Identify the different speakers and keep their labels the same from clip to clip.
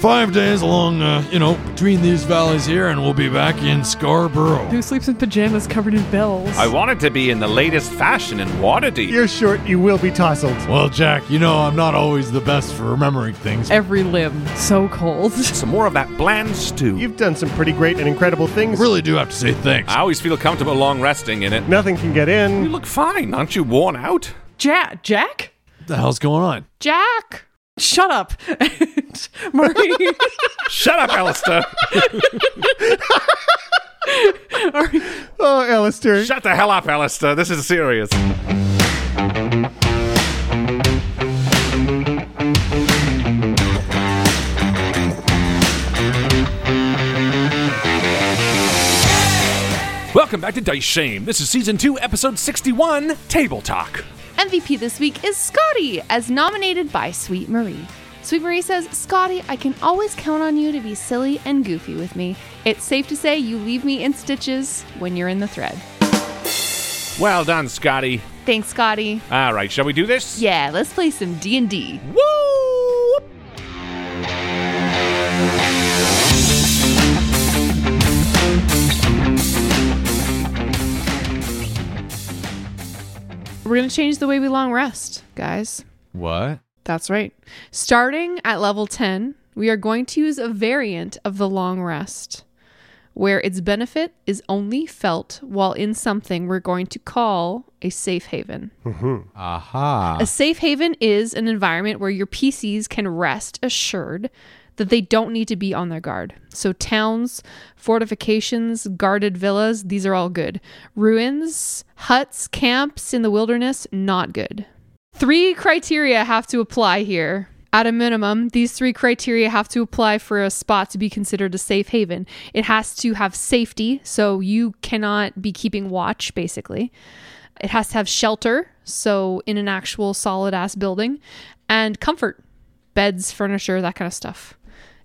Speaker 1: Five days along, uh, you know, between these valleys here, and we'll be back in Scarborough.
Speaker 2: Who sleeps in pajamas covered in bells?
Speaker 3: I wanted to be in the latest fashion in Waterdeep.
Speaker 4: You're short, you will be tousled.
Speaker 1: Well, Jack, you know I'm not always the best for remembering things.
Speaker 2: Every limb so cold.
Speaker 3: Some more of that bland stew.
Speaker 4: You've done some pretty great and incredible
Speaker 1: I
Speaker 4: things.
Speaker 1: really do have to say thanks.
Speaker 3: I always feel comfortable long resting in it.
Speaker 4: Nothing can get
Speaker 3: You
Speaker 4: in.
Speaker 3: look fine. Aren't you worn out?
Speaker 2: Jack, Jack,
Speaker 1: What the hell's going on?
Speaker 2: Jack, shut up, And Marie.
Speaker 3: Shut up, Alistair.
Speaker 2: Marie-
Speaker 4: Oh, Alistair.
Speaker 3: Shut the hell up, Alistair. This is serious. Welcome back to Dice Shame. This is season 2, episode 61, Table Talk.
Speaker 5: MVP this week is Scotty, as nominated by Sweet Marie. Sweet Marie says, Scotty, I can always count on you to be silly and goofy with me. It's safe to say you leave me in stitches when you're in the thread.
Speaker 3: Well done, Scotty.
Speaker 5: Thanks, Scotty.
Speaker 3: All right, shall we do this?
Speaker 5: Yeah, let's play some D&D.
Speaker 3: Woo!
Speaker 5: We're going to change the way we long rest, guys.
Speaker 1: What?
Speaker 5: That's right. Starting at level 10, we are going to use a variant of the long rest where its benefit is only felt while in something we're going to call a safe haven.
Speaker 1: Aha.
Speaker 6: Ah.
Speaker 5: A safe haven is an environment where your PCs can rest assured that they don't need to be on their guard. So, towns, fortifications, guarded villas, these are all good. Ruins, huts, camps in the wilderness, not good. Three criteria have to apply here. At a minimum, these three criteria have to apply for a spot to be considered a safe haven. It has to have safety, so you cannot be keeping watch, basically. It has to have shelter, so in an actual solid ass building, and comfort, beds, furniture, that kind of stuff.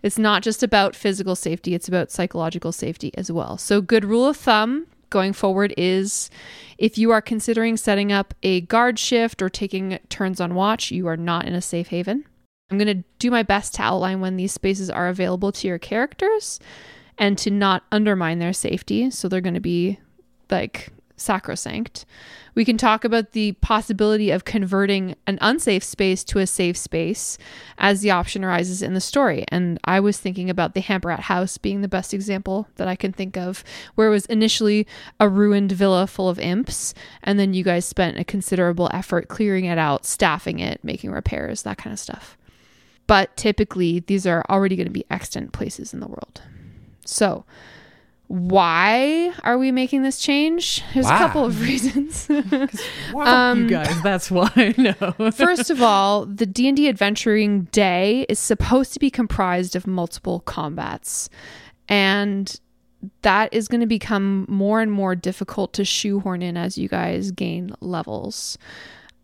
Speaker 5: It's not just about physical safety, it's about psychological safety as well. So, good rule of thumb going forward is if you are considering setting up a guard shift or taking turns on watch, you are not in a safe haven. I'm going to do my best to outline when these spaces are available to your characters and to not undermine their safety. So they're going to be like sacrosanct. We can talk about the possibility of converting an unsafe space to a safe space as the option arises in the story. And I was thinking about the Hamper at House being the best example that I can think of, where it was initially a ruined villa full of imps, and then you guys spent a considerable effort clearing it out, staffing it, making repairs, that kind of stuff. But typically, these are already going to be extant places in the world. So, why are we making this change? There's
Speaker 2: Why?
Speaker 5: a couple of reasons. Um,
Speaker 2: you guys, that's why. No.
Speaker 5: first of all, the D&D adventuring day is supposed to be comprised of multiple combats. And that is going to become more and more difficult to shoehorn in as you guys gain levels.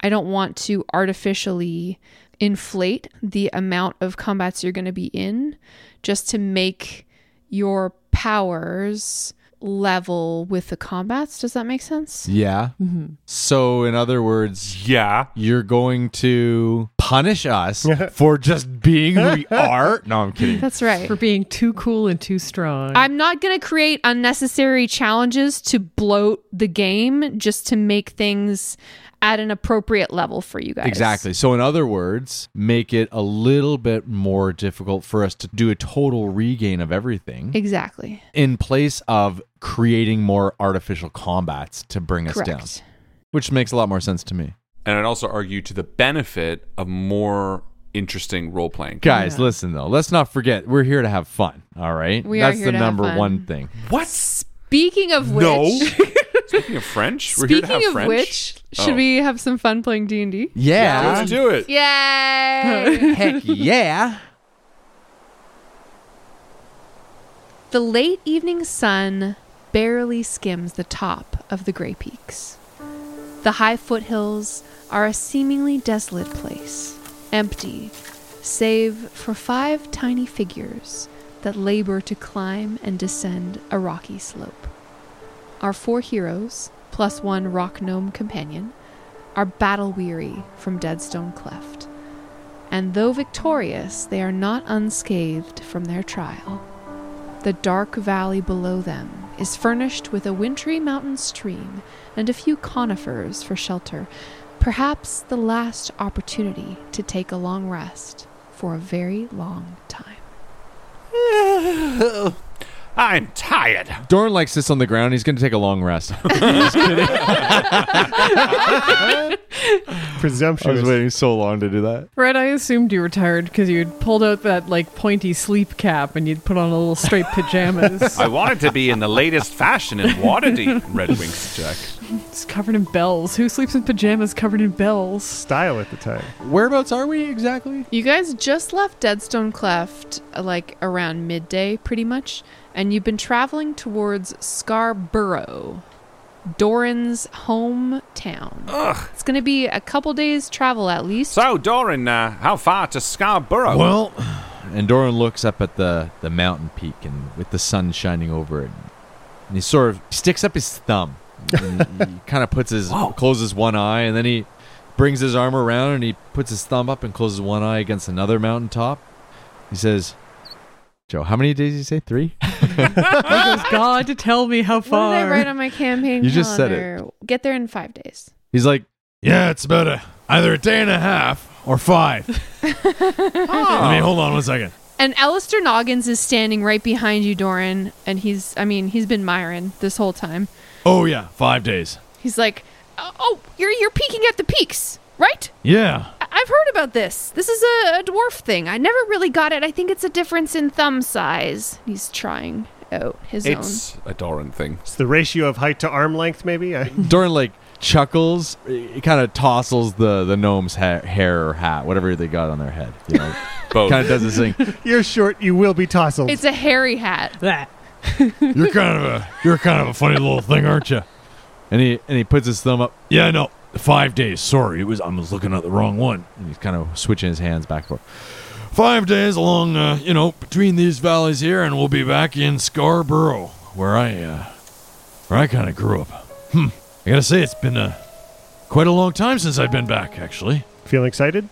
Speaker 5: I don't want to artificially inflate the amount of combats you're going to be in just to make your powers level with the combats. Does that make sense?
Speaker 6: Yeah.
Speaker 2: Mm-hmm.
Speaker 5: Mhm.
Speaker 6: So, in other words, yeah, you're going to punish us for just being who we are. No, I'm kidding.
Speaker 5: That's right.
Speaker 2: For being too cool and too strong.
Speaker 5: I'm not going to create unnecessary challenges to bloat the game just to make things at an appropriate level for you guys.
Speaker 6: Exactly. So, in other words, make it a little bit more difficult for us to do a total regain of everything
Speaker 5: Exactly.
Speaker 6: in place of creating more artificial combats to bring us down,
Speaker 5: Correct.
Speaker 6: which makes a lot more sense to me.
Speaker 7: And I'd also argue to the benefit of more interesting role playing.
Speaker 6: Guys, listen though. Let's not forget we're here to have fun. All right,
Speaker 5: We are
Speaker 6: that's
Speaker 5: here
Speaker 6: the
Speaker 5: to have
Speaker 6: number
Speaker 5: fun.
Speaker 6: one thing.
Speaker 7: What?
Speaker 5: Speaking of which,
Speaker 7: Speaking of French, we're here to have
Speaker 5: speaking of
Speaker 7: French.
Speaker 5: which, should
Speaker 7: Oh.
Speaker 5: we have some fun playing D&D?
Speaker 6: Yeah.
Speaker 7: Yeah, let's do it.
Speaker 5: Yay!
Speaker 6: Heck yeah.
Speaker 5: The late evening sun barely skims the top of the Grey Peaks. The high foothills are a seemingly desolate place, empty, save for five tiny figures that labor to climb and descend a rocky slope. Our four heroes, plus one rock gnome companion, are battle weary from Deadstone Cleft, and though victorious, they are not unscathed from their trial. The dark valley below them is furnished with a wintry mountain stream and a few conifers for shelter, perhaps the last opportunity to take a long rest for a very long time.
Speaker 7: I'm tired.
Speaker 6: Doran like sits on the ground. He's going to take a long rest. Presumptuous. I was waiting so long to do that.
Speaker 2: Right, I assumed you were tired because you'd pulled out that like pointy sleep cap and you'd put on a little straight pajamas.
Speaker 7: I wanted to be in the latest fashion in Waterdeep, Red Wings Jack.
Speaker 2: it's covered in bells. Who sleeps in pajamas covered in bells?
Speaker 4: Style at the time.
Speaker 6: Whereabouts are we exactly?
Speaker 5: You guys just left Deadstone Cleft uh, like around midday, pretty much, and you've been traveling towards Scarborough, Doran's hometown. Ugh. It's going to be a couple days travel at least.
Speaker 7: So, Doran, uh, how far to Scarborough?
Speaker 6: Well, and Doran looks up at the the mountain peak and with the sun shining over it, and he sort of sticks up his thumb. And he he kind of puts his closes one eye, and then he brings his arm around and he puts his thumb up and closes one eye against another mountaintop. He says, "Joe, how many days did you say? Three?
Speaker 2: Because God to tell me how
Speaker 5: What
Speaker 2: far.
Speaker 5: did I write on my campaign
Speaker 6: You just said it.
Speaker 5: calendar? Get there in five days.
Speaker 6: He's like, yeah, it's about a, either a day and a half or five. I mean, hold on one second.
Speaker 5: And Alistair Noggins is standing right behind you, Doran, and he's I mean, he's been Myron this whole time.
Speaker 6: Oh yeah, five days.
Speaker 5: He's like, "Oh, Oh, you're you're peeking at the peaks, right?
Speaker 6: Yeah.
Speaker 5: I- I've heard about this. This is a, a dwarf thing. I never really got it. I think it's a difference in thumb size. He's trying out his
Speaker 7: it's a Doran thing.
Speaker 4: It's the ratio of height to arm length, maybe. I-
Speaker 6: Doran like chuckles. It kind of tossles the the gnome's ha- hair or hat, whatever they got on their head. You know,
Speaker 7: both.
Speaker 6: Kind of does this thing.
Speaker 4: You're short. You will be
Speaker 5: own.
Speaker 4: tousled.
Speaker 5: It's a hairy hat.
Speaker 6: You're kind of a you're kind of a funny little thing, aren't you? And he and he puts his thumb up. Yeah, no, five days. Sorry, it was I was looking at the wrong one. And he's kind of switching his hands back and forth.
Speaker 1: Five days along, uh, you know, between these valleys here, and we'll be back in Scarborough, where I uh, where I kind of grew up. Hmm. I gotta say, it's been uh, quite a long time since I've been back, actually.
Speaker 4: Feeling excited?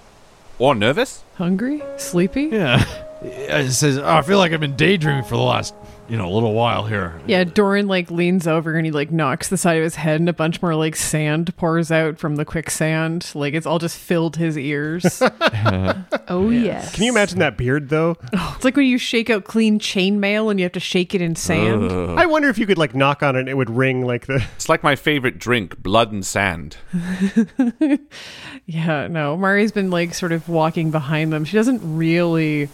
Speaker 7: Or nervous?
Speaker 2: Hungry? Sleepy?
Speaker 1: Yeah. It says, oh, I feel like I've been daydreaming for the last, you know, little while here.
Speaker 2: Yeah, Doran like leans over and he like knocks the side of his head and a bunch more like sand pours out from the quicksand. Like it's all just filled his ears. oh yes.
Speaker 4: Can you imagine that beard though?
Speaker 2: It's like when you shake out clean chainmail and you have to shake it in sand.
Speaker 4: I wonder if you could like knock on it and it would ring like the
Speaker 7: It's like my favorite drink, blood and sand.
Speaker 2: Yeah, no. Mari's been like sort of walking behind them. She doesn't really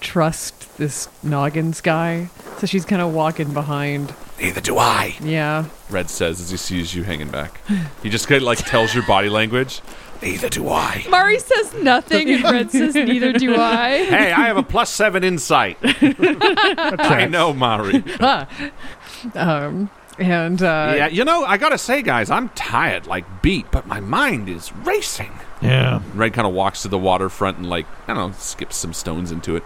Speaker 2: trust this Noggins guy. So she's kind of walking behind.
Speaker 7: Neither do I.
Speaker 2: Yeah.
Speaker 7: Red says as he sees you hanging back. He just kind of like tells your body language. Neither do I.
Speaker 8: Mari says nothing, and Red says neither do I.
Speaker 7: Hey, I have a plus seven insight. I know, Mari.
Speaker 2: Ah. Um, and uh,
Speaker 7: yeah, you know, I gotta say, guys, I'm tired, like beat, but my mind is racing.
Speaker 1: Yeah.
Speaker 7: Red kind of walks to the waterfront and like I don't know, skips some stones into it.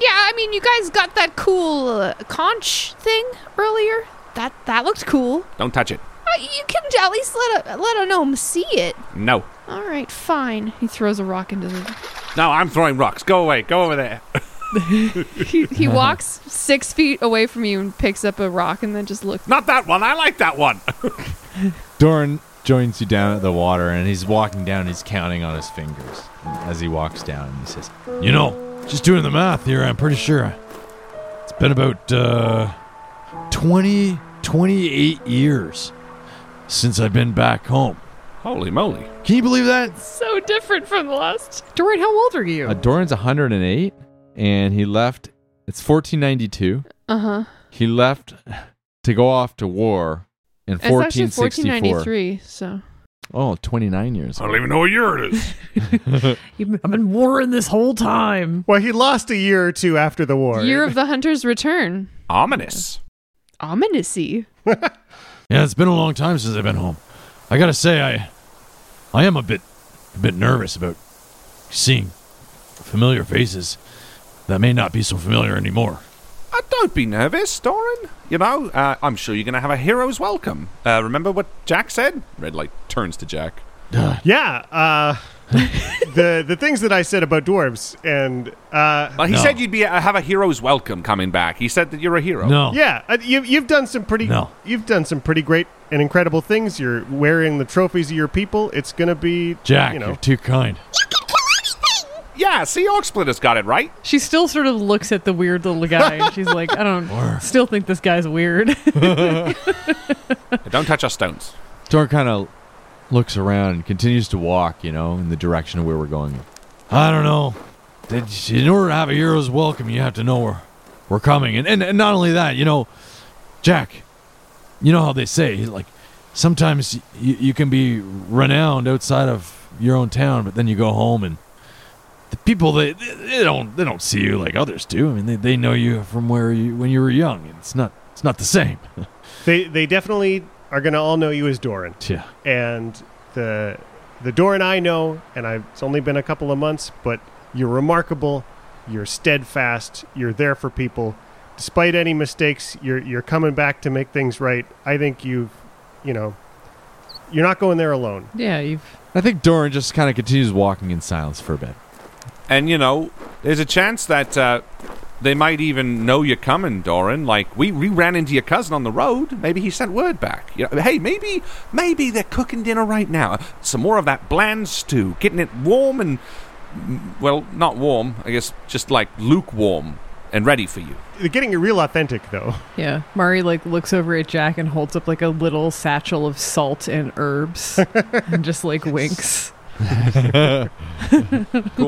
Speaker 8: Yeah, I mean, you guys got that cool uh, conch thing earlier. That that looked cool.
Speaker 7: Don't touch it.
Speaker 8: Uh, you can at least let a let a gnome see it.
Speaker 7: No,
Speaker 8: All right, fine. He throws a rock into the.
Speaker 7: no, I'm throwing rocks. Go away. Go over there.
Speaker 8: He, he walks six feet away from you and picks up a rock and then just looks.
Speaker 7: Not that one. I like that one.
Speaker 6: Doran joins you down at the water, and he's walking down. He's counting on his fingers as he walks down, and he says,
Speaker 1: You know, just doing the math here, I'm pretty sure it's been about uh, 20, 28 years since I've been back home.
Speaker 7: Holy moly.
Speaker 1: Can you believe that?
Speaker 8: So different from the last.
Speaker 2: Doran, how old are you?
Speaker 6: Uh, Doran's 108, and he left. It's 1492.
Speaker 8: Uh huh.
Speaker 6: He left to go off to war in
Speaker 8: It's actually
Speaker 6: 1464.
Speaker 8: 1493. So
Speaker 6: Oh, 29 years.
Speaker 7: I don't even know what year it is.
Speaker 2: You've- I've been warring this whole time.
Speaker 4: Well, he lost a year or two after the war.
Speaker 8: year of the hunter's return.
Speaker 7: Ominous.
Speaker 8: Ominousy.
Speaker 1: Yeah, it's been a long time since I've been home. I gotta say, I, I am a bit, a bit nervous about seeing familiar faces that may not be so familiar anymore.
Speaker 7: Uh, don't be nervous, Doran. You know, uh, I'm sure you're going to have a hero's welcome. Uh, remember what Jack said? Red Light turns to Jack.
Speaker 4: Yeah. Uh, the the things that I said about dwarves and uh,
Speaker 7: Uh, he said you'd be uh, have a hero's welcome coming back. He said that you're a hero.
Speaker 4: Yeah, uh, you, you've done some pretty.
Speaker 7: No.
Speaker 4: You've done some pretty great and incredible things. You're wearing the trophies of your people. It's gonna be
Speaker 1: Jack,
Speaker 4: You
Speaker 1: you
Speaker 4: know,
Speaker 1: are too kind.
Speaker 7: Yeah, see, Oxplitter's got it right.
Speaker 2: She still sort of looks at the weird little guy and she's like, I don't still think this guy's weird.
Speaker 7: don't touch our stones.
Speaker 6: Doran kind of looks around and continues to walk, you know, in the direction of where we're going.
Speaker 1: I don't know. That- In order to have a hero's welcome, you have to know we're, we're coming. And, and, and not only that, you know, Jack, you know how they say, like, sometimes y- you, you can be renowned outside of your own town, but then you go home and the people, they, they they don't they don't see you like others do. I mean, they, they know you from where you when you were young. It's not it's not the same.
Speaker 4: they they definitely are gonna all know you as Doran.
Speaker 1: Yeah.
Speaker 4: And the the Doran I know, and I've, it's only been a couple of months, but you're remarkable. You're steadfast. You're there for people, despite any mistakes. You're you're coming back to make things right. I think you've, you know, you're not going there alone.
Speaker 2: yeah, you've.
Speaker 6: I think Doran just kind of continues walking in silence for a bit.
Speaker 7: And, you know, there's a chance that uh, they might even know you're coming, Doran. Like, we, we ran into your cousin on the road. Maybe he sent word back. You know, hey, maybe maybe they're cooking dinner right now. Some more of that bland stew, getting it warm and, mm, well, not warm, I guess, just like lukewarm and ready for you.
Speaker 4: They're getting it real authentic though.
Speaker 2: Yeah. Mari like looks over at Jack and holds up like a little satchel of salt and herbs and just like winks.
Speaker 7: Cool.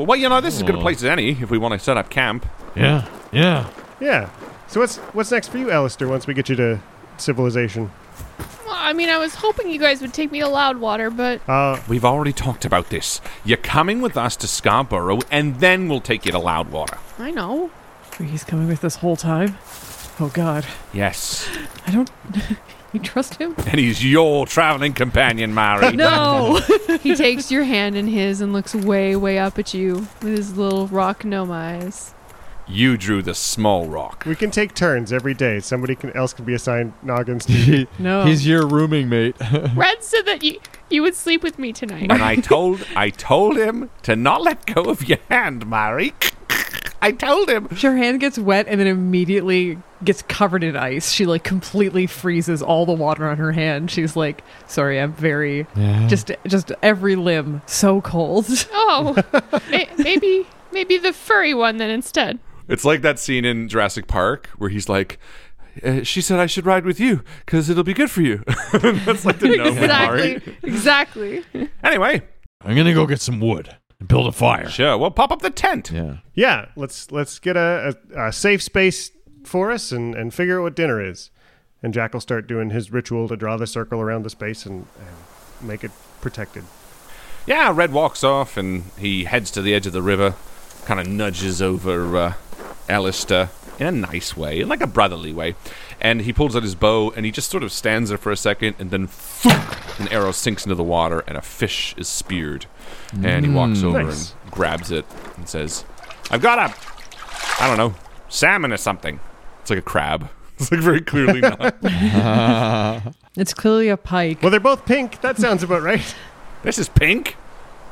Speaker 7: Well, you know, this is as good a place as any if we want to set up camp.
Speaker 1: Yeah, yeah.
Speaker 4: Yeah. So what's what's next for you, Alistair, once we get you to civilization?
Speaker 8: Well, I mean, I was hoping you guys would take me to Loudwater, but
Speaker 4: Uh,
Speaker 7: We've already talked about this. You're coming with us to Scarborough, and then we'll take you to Loudwater.
Speaker 8: I know.
Speaker 2: He's coming with this whole time. Oh God,
Speaker 7: Yes.
Speaker 2: I don't. you trust him?
Speaker 7: And he's your traveling companion, Mari.
Speaker 8: No. he takes your hand in his and looks way, way up at you with his little rock gnome eyes.
Speaker 7: You drew the small rock.
Speaker 4: We can take turns every day. Somebody can, else can be assigned Noggins. To
Speaker 2: no,
Speaker 6: He's your rooming mate.
Speaker 8: Red said that you you would sleep with me tonight.
Speaker 7: And I told I told him to not let go of your hand, Mari. I told him.
Speaker 2: Her hand gets wet and then immediately gets covered in ice. She like completely freezes all the water on her hand. She's like, "Sorry, I'm very
Speaker 5: Yeah.
Speaker 2: just just every limb so cold."
Speaker 8: Oh, may- maybe maybe the furry one then instead.
Speaker 7: It's like that scene in Jurassic Park where he's like, uh, "She said I should ride with you because it'll be good for you." That's like the gnome with Mari.
Speaker 8: exactly, exactly.
Speaker 7: Anyway,
Speaker 1: I'm gonna go get some wood and build a fire.
Speaker 7: Sure, we'll pop up the tent.
Speaker 1: Yeah.
Speaker 4: Yeah, let's let's get a, a, a safe space for us and, and figure out what dinner is. And Jack will start doing his ritual to draw the circle around the space and, and make it protected.
Speaker 7: Yeah, Red walks off and he heads to the edge of the river, kind of nudges over uh, Alistair in a nice way, in like a brotherly way. And he pulls out his bow and he just sort of stands there for a second and then thwoop, an arrow sinks into the water and a fish is speared. And he walks
Speaker 6: Mm.
Speaker 4: Hmm.
Speaker 7: over
Speaker 6: Nice.
Speaker 7: and grabs it and says, I've got a, I don't know, salmon or something. It's like a crab. It's like very clearly not.
Speaker 2: it's clearly a pike.
Speaker 4: Well, they're both pink. That sounds about right.
Speaker 7: this is pink?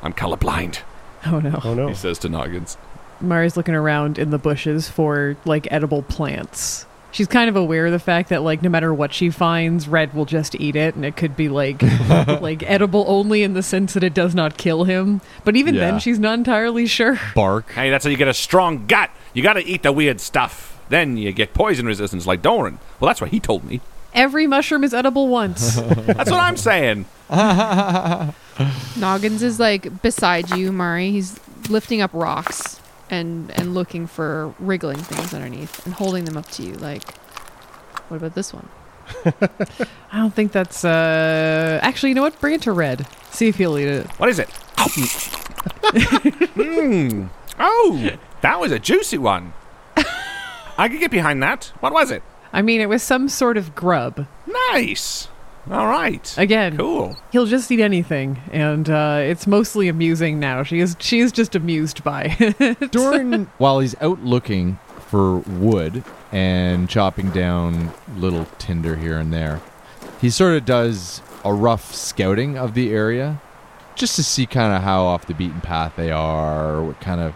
Speaker 7: I'm colorblind.
Speaker 2: Oh no.
Speaker 4: Oh no.
Speaker 7: He says to Noggins.
Speaker 2: Mari's looking around in the bushes for like edible plants. She's kind of aware of the fact that like no matter what she finds, Red will just eat it, and it could be like like edible only in the sense that it does not kill him. But even
Speaker 7: Yeah.
Speaker 2: then, she's not entirely sure.
Speaker 7: bark. Hey, that's how you get a strong gut. You got to eat the weird stuff. Then you get poison resistance like Doran. Well, that's what he told me.
Speaker 2: Every mushroom is edible once.
Speaker 7: That's what I'm saying.
Speaker 5: Noggins is like beside you, Mari. He's lifting up rocks and and looking for wriggling things underneath and holding them up to you. Like, what about this one?
Speaker 2: I don't think that's uh actually you know what? Bring it to Red. See if he'll eat it.
Speaker 7: What is it? Mm. Oh, that was a juicy one. I could get behind that. What was it?
Speaker 2: I mean it was some sort of grub.
Speaker 7: Nice. All right.
Speaker 2: Again.
Speaker 7: Cool.
Speaker 2: He'll just eat anything, and uh, it's mostly amusing now. She is she is just amused by it.
Speaker 6: Doran While he's out looking for wood and chopping down little tinder here and there, he sort of does a rough scouting of the area just to see kind of how off the beaten path they are, what kind of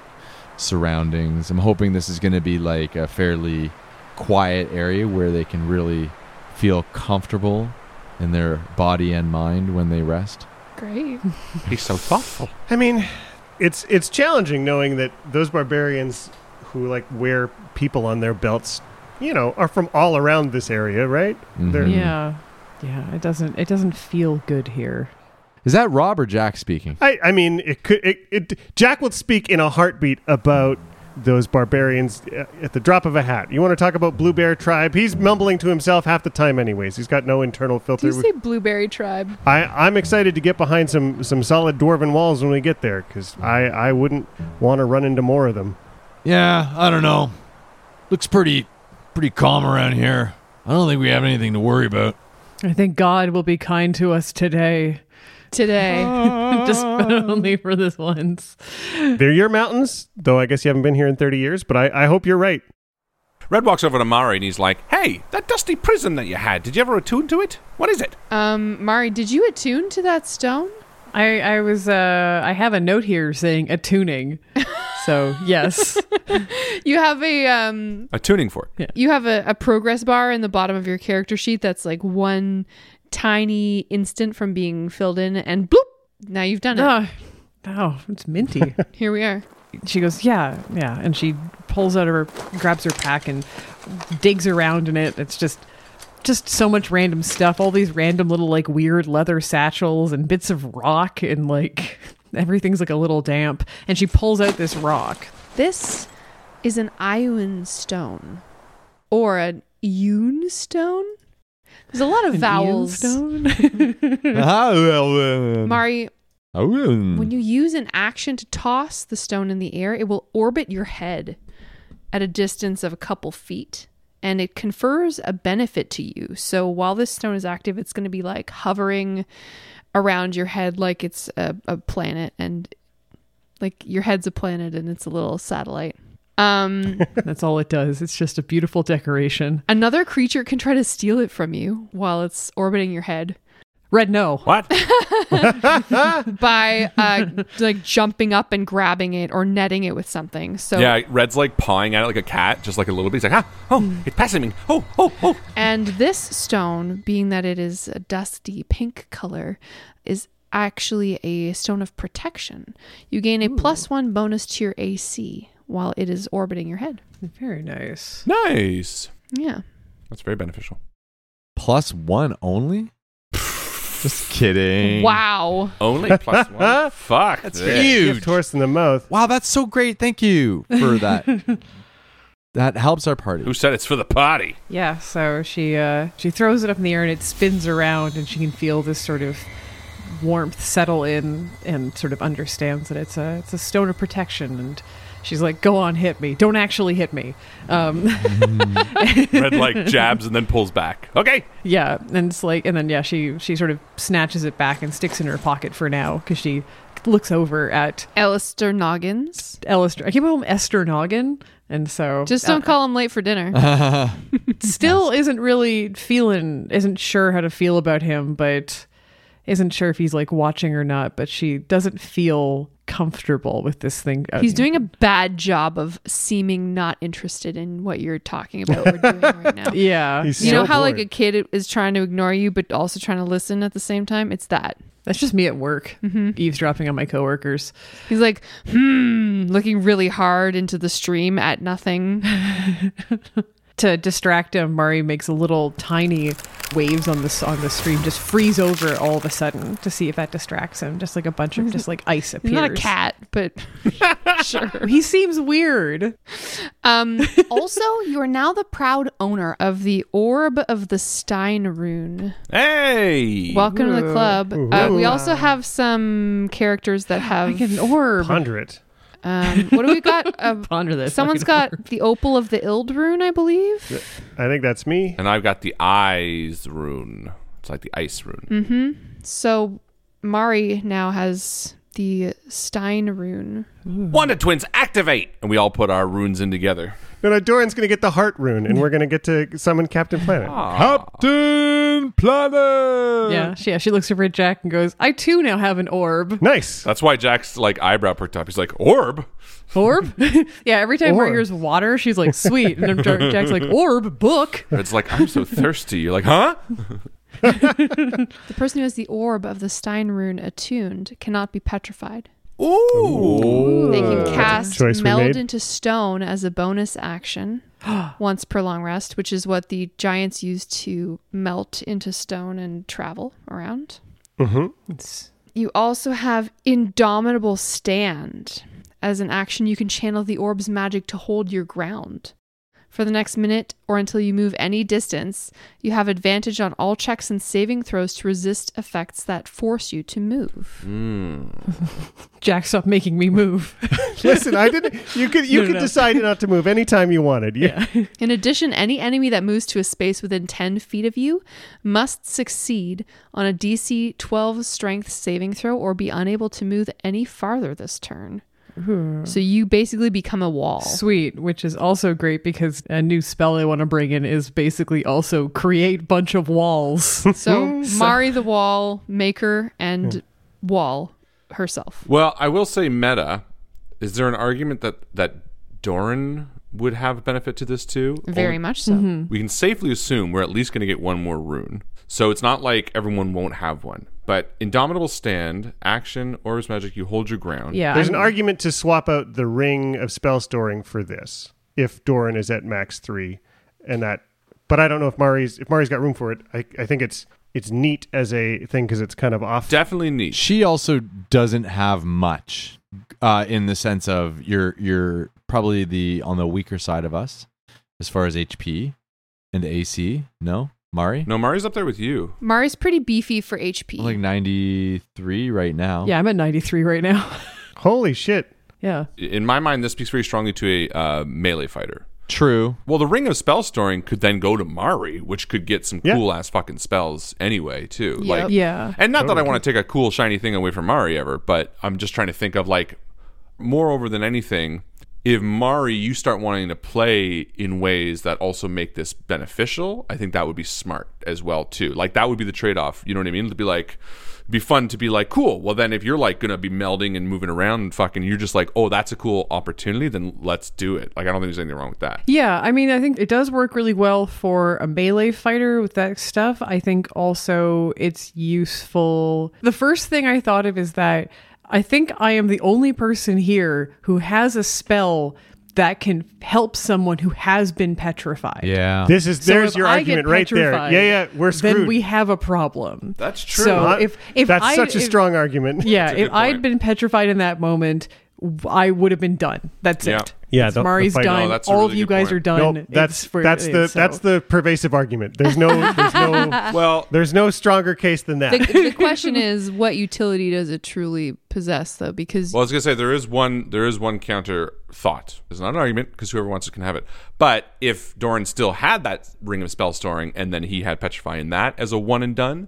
Speaker 6: surroundings. I'm hoping this is going to be like a fairly quiet area where they can really feel comfortable in their body and mind when they rest.
Speaker 5: Great.
Speaker 7: He's so thoughtful.
Speaker 4: I mean, it's it's challenging knowing that those barbarians who like wear people on their belts, you know, are from all around this area, right? They're-
Speaker 6: Mm-hmm.
Speaker 2: Yeah, Uh, yeah. It doesn't it doesn't feel good here.
Speaker 6: Is that Rob or Jack speaking?
Speaker 4: I, I mean, it could. It, it, Jack would speak in a heartbeat about those barbarians uh, at the drop of a hat. You want to talk about Blue Bear Tribe? He's mumbling to himself half the time, anyways. He's got no internal
Speaker 5: Do
Speaker 4: filter.
Speaker 5: you say blueberry tribe?
Speaker 4: I, I'm excited to get behind some, some solid dwarven walls when we get there because I, I wouldn't want to run into more of them.
Speaker 1: Yeah, I don't know. Looks pretty pretty calm around here. I don't think we have anything to worry about.
Speaker 2: I think God will be kind to us today.
Speaker 5: Today,
Speaker 2: just only for this once.
Speaker 4: They're your mountains, though I guess you haven't been here in 30 years, but I, I hope you're right.
Speaker 7: Red walks over to Mari and he's like, "Hey, that dusty prison that you had. Did you ever attune to it? What is it?"
Speaker 5: Um, Mari, did you attune to that stone?
Speaker 2: I I was uh I have a note here saying attuning, so yes.
Speaker 5: You have a um,
Speaker 7: Attuning for it.
Speaker 5: you have a, a progress bar in the bottom of your character sheet that's like one tiny instant from being filled in, and bloop, now you've done it.
Speaker 2: Oh, oh, it's minty.
Speaker 5: Here we are.
Speaker 2: She goes, yeah, yeah, and she pulls out of her, grabs her pack, and digs around in it. It's just, just so much random stuff. All these random little like weird leather satchels and bits of rock, and like everything's like a little damp. And she pulls out this rock.
Speaker 5: This is an Ion stone or an Eun stone. There's a lot of
Speaker 2: An
Speaker 5: vowels. Mari,
Speaker 6: Oh, Mm.
Speaker 5: when you use an action to toss the stone in the air, it will orbit your head at a distance of a couple feet and it confers a benefit to you. So while this stone is active, it's going to be like hovering around your head like it's a, a planet and like your head's a planet and it's a little satellite. Um,
Speaker 2: That's all it does. It's just a beautiful decoration.
Speaker 5: another creature can try to steal it from you while it's orbiting your head.
Speaker 2: Red, no.
Speaker 7: What?
Speaker 5: by uh, like jumping up and grabbing it or netting it with something. So
Speaker 7: yeah, Red's like pawing at it like a cat, just like a little bit. He's like, ah, oh, it's passing me. Oh, oh, oh.
Speaker 5: And this stone, being that it is a dusty pink color, is actually a stone of protection. You gain a plus one bonus to your AC while it is orbiting your head.
Speaker 2: Very nice.
Speaker 7: Nice.
Speaker 5: Yeah.
Speaker 7: That's very beneficial.
Speaker 6: Plus one only? Just kidding.
Speaker 5: Wow.
Speaker 7: Only plus one? Fuck.
Speaker 6: That's
Speaker 7: this.
Speaker 6: huge.
Speaker 4: Horse in the mouth.
Speaker 6: Wow, that's so great. Thank you for that. that helps our party.
Speaker 7: Who said it's for the party?
Speaker 2: Yeah, so she uh, she throws it up in the air and it spins around, and she can feel this sort of warmth settle in, and sort of understands that it's a it's a stone of protection. And she's like, "Go on, hit me! Don't actually hit me." Um,
Speaker 7: Red like jabs and then pulls back. Okay.
Speaker 2: yeah, and it's like, and then yeah, she she sort of snatches it back and sticks it in her pocket for now because she looks over at
Speaker 5: Alistair Noggins.
Speaker 2: Alistair. I keep calling him Esther Noggin, and so
Speaker 5: Just don't
Speaker 2: Uh,
Speaker 5: call him late for dinner.
Speaker 2: still isn't really feeling isn't sure how to feel about him but isn't sure if he's like watching or not but she doesn't feel comfortable with this thing
Speaker 5: He's doing a bad job of seeming not interested in what you're talking about or doing right now.
Speaker 2: Yeah. He's
Speaker 5: you know
Speaker 2: so
Speaker 5: how like
Speaker 2: bored.
Speaker 5: a kid is trying to ignore you but also trying to listen at the same time? It's that.
Speaker 2: that's just me at work
Speaker 5: Mm-hmm.
Speaker 2: eavesdropping on my coworkers
Speaker 5: He's like, hmm, looking really hard into the stream at nothing.
Speaker 2: to distract him mari makes a little tiny waves on this on the stream just freeze over all of a sudden to see if that distracts him just like a bunch of just like ice
Speaker 5: Mm-hmm. He's
Speaker 2: appears
Speaker 5: not a cat, but sure.
Speaker 2: he seems weird
Speaker 5: Um, also, you are now the proud owner of the Orb of the Stein Rune.
Speaker 7: Hey.
Speaker 5: Welcome to the club. Uh, we
Speaker 7: Ooh.
Speaker 5: also have some characters that have
Speaker 2: an orb.
Speaker 4: Ponder it.
Speaker 5: Um, what do we got? Uh,
Speaker 2: Ponder this.
Speaker 5: Someone's got the opal of the Ild rune, I believe.
Speaker 4: I think that's me.
Speaker 7: And I've got the eyes rune. It's like the ice rune.
Speaker 5: Mm-hmm. So Mari now has the Stein rune.
Speaker 7: Wanda twins activate, and we all put our runes in together.
Speaker 4: No, no, Doran's going to get the heart rune, and we're going to get to summon Captain Planet.
Speaker 6: Captain Planet!
Speaker 2: yeah she, yeah she looks over at jack and goes i too now have an orb
Speaker 4: Nice.
Speaker 7: That's why Jack's like eyebrow perked up. He's like orb.
Speaker 2: Orb? yeah, every time Mari
Speaker 7: Orb.
Speaker 2: hears water, she's like, sweet. And then Jar- Jack's like, orb, book.
Speaker 7: It's like I'm so thirsty. You're like, huh?
Speaker 5: The person who has the orb of the Stein rune attuned cannot be petrified.
Speaker 7: Ooh.
Speaker 5: They can
Speaker 4: Uh, That's a
Speaker 5: cast
Speaker 4: choice we
Speaker 5: meld
Speaker 4: made.
Speaker 5: into stone as a bonus action once per long rest, which is what the giants use to melt into stone and travel around.
Speaker 4: Mm-hmm.
Speaker 5: You also have Indomitable Stand. As an action, you can channel the orb's magic to hold your ground. For the next minute or until you move any distance, you have advantage on all checks and saving throws to resist effects that force you to move.
Speaker 2: Jack, stop making me move.
Speaker 4: Listen, I didn't. You could you
Speaker 2: No, no,
Speaker 4: could
Speaker 2: no.
Speaker 4: decide not to move anytime you wanted. Yeah.
Speaker 5: In addition, any enemy that moves to a space within 10 feet of you must succeed on a DC 12 strength saving throw or be unable to move any farther this turn. So you basically become a wall.
Speaker 2: Sweet, which is also great because a new spell I want to bring in is basically also create bunch of walls.
Speaker 5: So Mari the wall maker and
Speaker 7: Hmm.
Speaker 5: wall herself.
Speaker 7: Well, I will say meta. Is there an argument that that Doran would have benefit to this too?
Speaker 5: Very
Speaker 7: Only-
Speaker 5: much so.
Speaker 7: We can safely assume we're at least going to get one more rune. So it's not like everyone won't have one. But Indomitable Stand, action, Orbs Magic, you hold your ground.
Speaker 4: There's an argument to swap out the ring of spell storing for this if Doran is at max three, and that. But I don't know if Mari's if Mari's got room for it. I, I think it's it's neat as a thing because it's kind of off.
Speaker 7: Definitely neat.
Speaker 6: She also doesn't have much uh, in the sense of you're you're probably the on the weaker side of us as far as HP and AC. No, Mari,
Speaker 7: No, Mari's up there with you.
Speaker 5: Mari's pretty beefy for HP.
Speaker 6: I'm like 93 right now.
Speaker 2: Yeah, I'm at 93 right now.
Speaker 4: Holy shit!
Speaker 2: yeah.
Speaker 7: In my mind, this speaks very strongly to a uh, melee fighter.
Speaker 6: True.
Speaker 7: Well, the Ring of Spell Storing could then go to Mari, which could get some
Speaker 4: Yeah.
Speaker 7: cool ass fucking spells anyway, too. Like,
Speaker 2: Yeah.
Speaker 7: and not that I want to take a cool shiny thing away from Mari ever, but I'm just trying to think of like, moreover than anything, if Mari, you start wanting to play in ways that also make this beneficial, I think that would be smart as well too. Like that would be the trade off. You know what I mean? To be like, be fun to be like, cool. Well, then if you're like gonna be melding and moving around and fucking, you're just like, oh, that's a cool opportunity. Then let's do it. Like I don't think there's anything wrong with that.
Speaker 2: Yeah, I mean, I think it does work really well for a melee fighter with that stuff. I think also it's useful. The first thing I thought of is that I think I am the only person here who has a spell that can help someone who has been petrified.
Speaker 6: Yeah.
Speaker 4: This is-
Speaker 2: So
Speaker 4: there's
Speaker 2: if
Speaker 4: your
Speaker 2: I get
Speaker 4: argument right there.
Speaker 2: petrified,
Speaker 4: Yeah, yeah, we're
Speaker 2: Then
Speaker 4: screwed.
Speaker 2: we have a problem.
Speaker 7: That's
Speaker 4: true.
Speaker 2: So
Speaker 4: Not-
Speaker 2: if if
Speaker 4: that's
Speaker 2: I'd-
Speaker 4: such a
Speaker 2: if-
Speaker 4: strong argument.
Speaker 2: Yeah, if I'd been petrified in that moment, w- I would have been done. That's
Speaker 4: Yeah.
Speaker 2: it.
Speaker 4: Yeah, the- the
Speaker 2: Mari's
Speaker 4: fight-
Speaker 2: done.
Speaker 4: No, that's a
Speaker 2: All
Speaker 4: really
Speaker 2: of you
Speaker 4: good
Speaker 2: guys
Speaker 4: point.
Speaker 2: are done.
Speaker 4: Nope, that's
Speaker 2: It's for-
Speaker 4: that's the
Speaker 2: it's so-
Speaker 4: that's the pervasive argument. There's no there's no
Speaker 2: uh,
Speaker 7: well
Speaker 4: there's no stronger case than that.
Speaker 5: The, the question is, what utility does it truly possess, though? Because
Speaker 7: Well, I was gonna say there is one there is one counter thought. It's not an argument because whoever wants it can have it. But if Doran still had that ring of spell storing and then he had petrify in that as a one and done,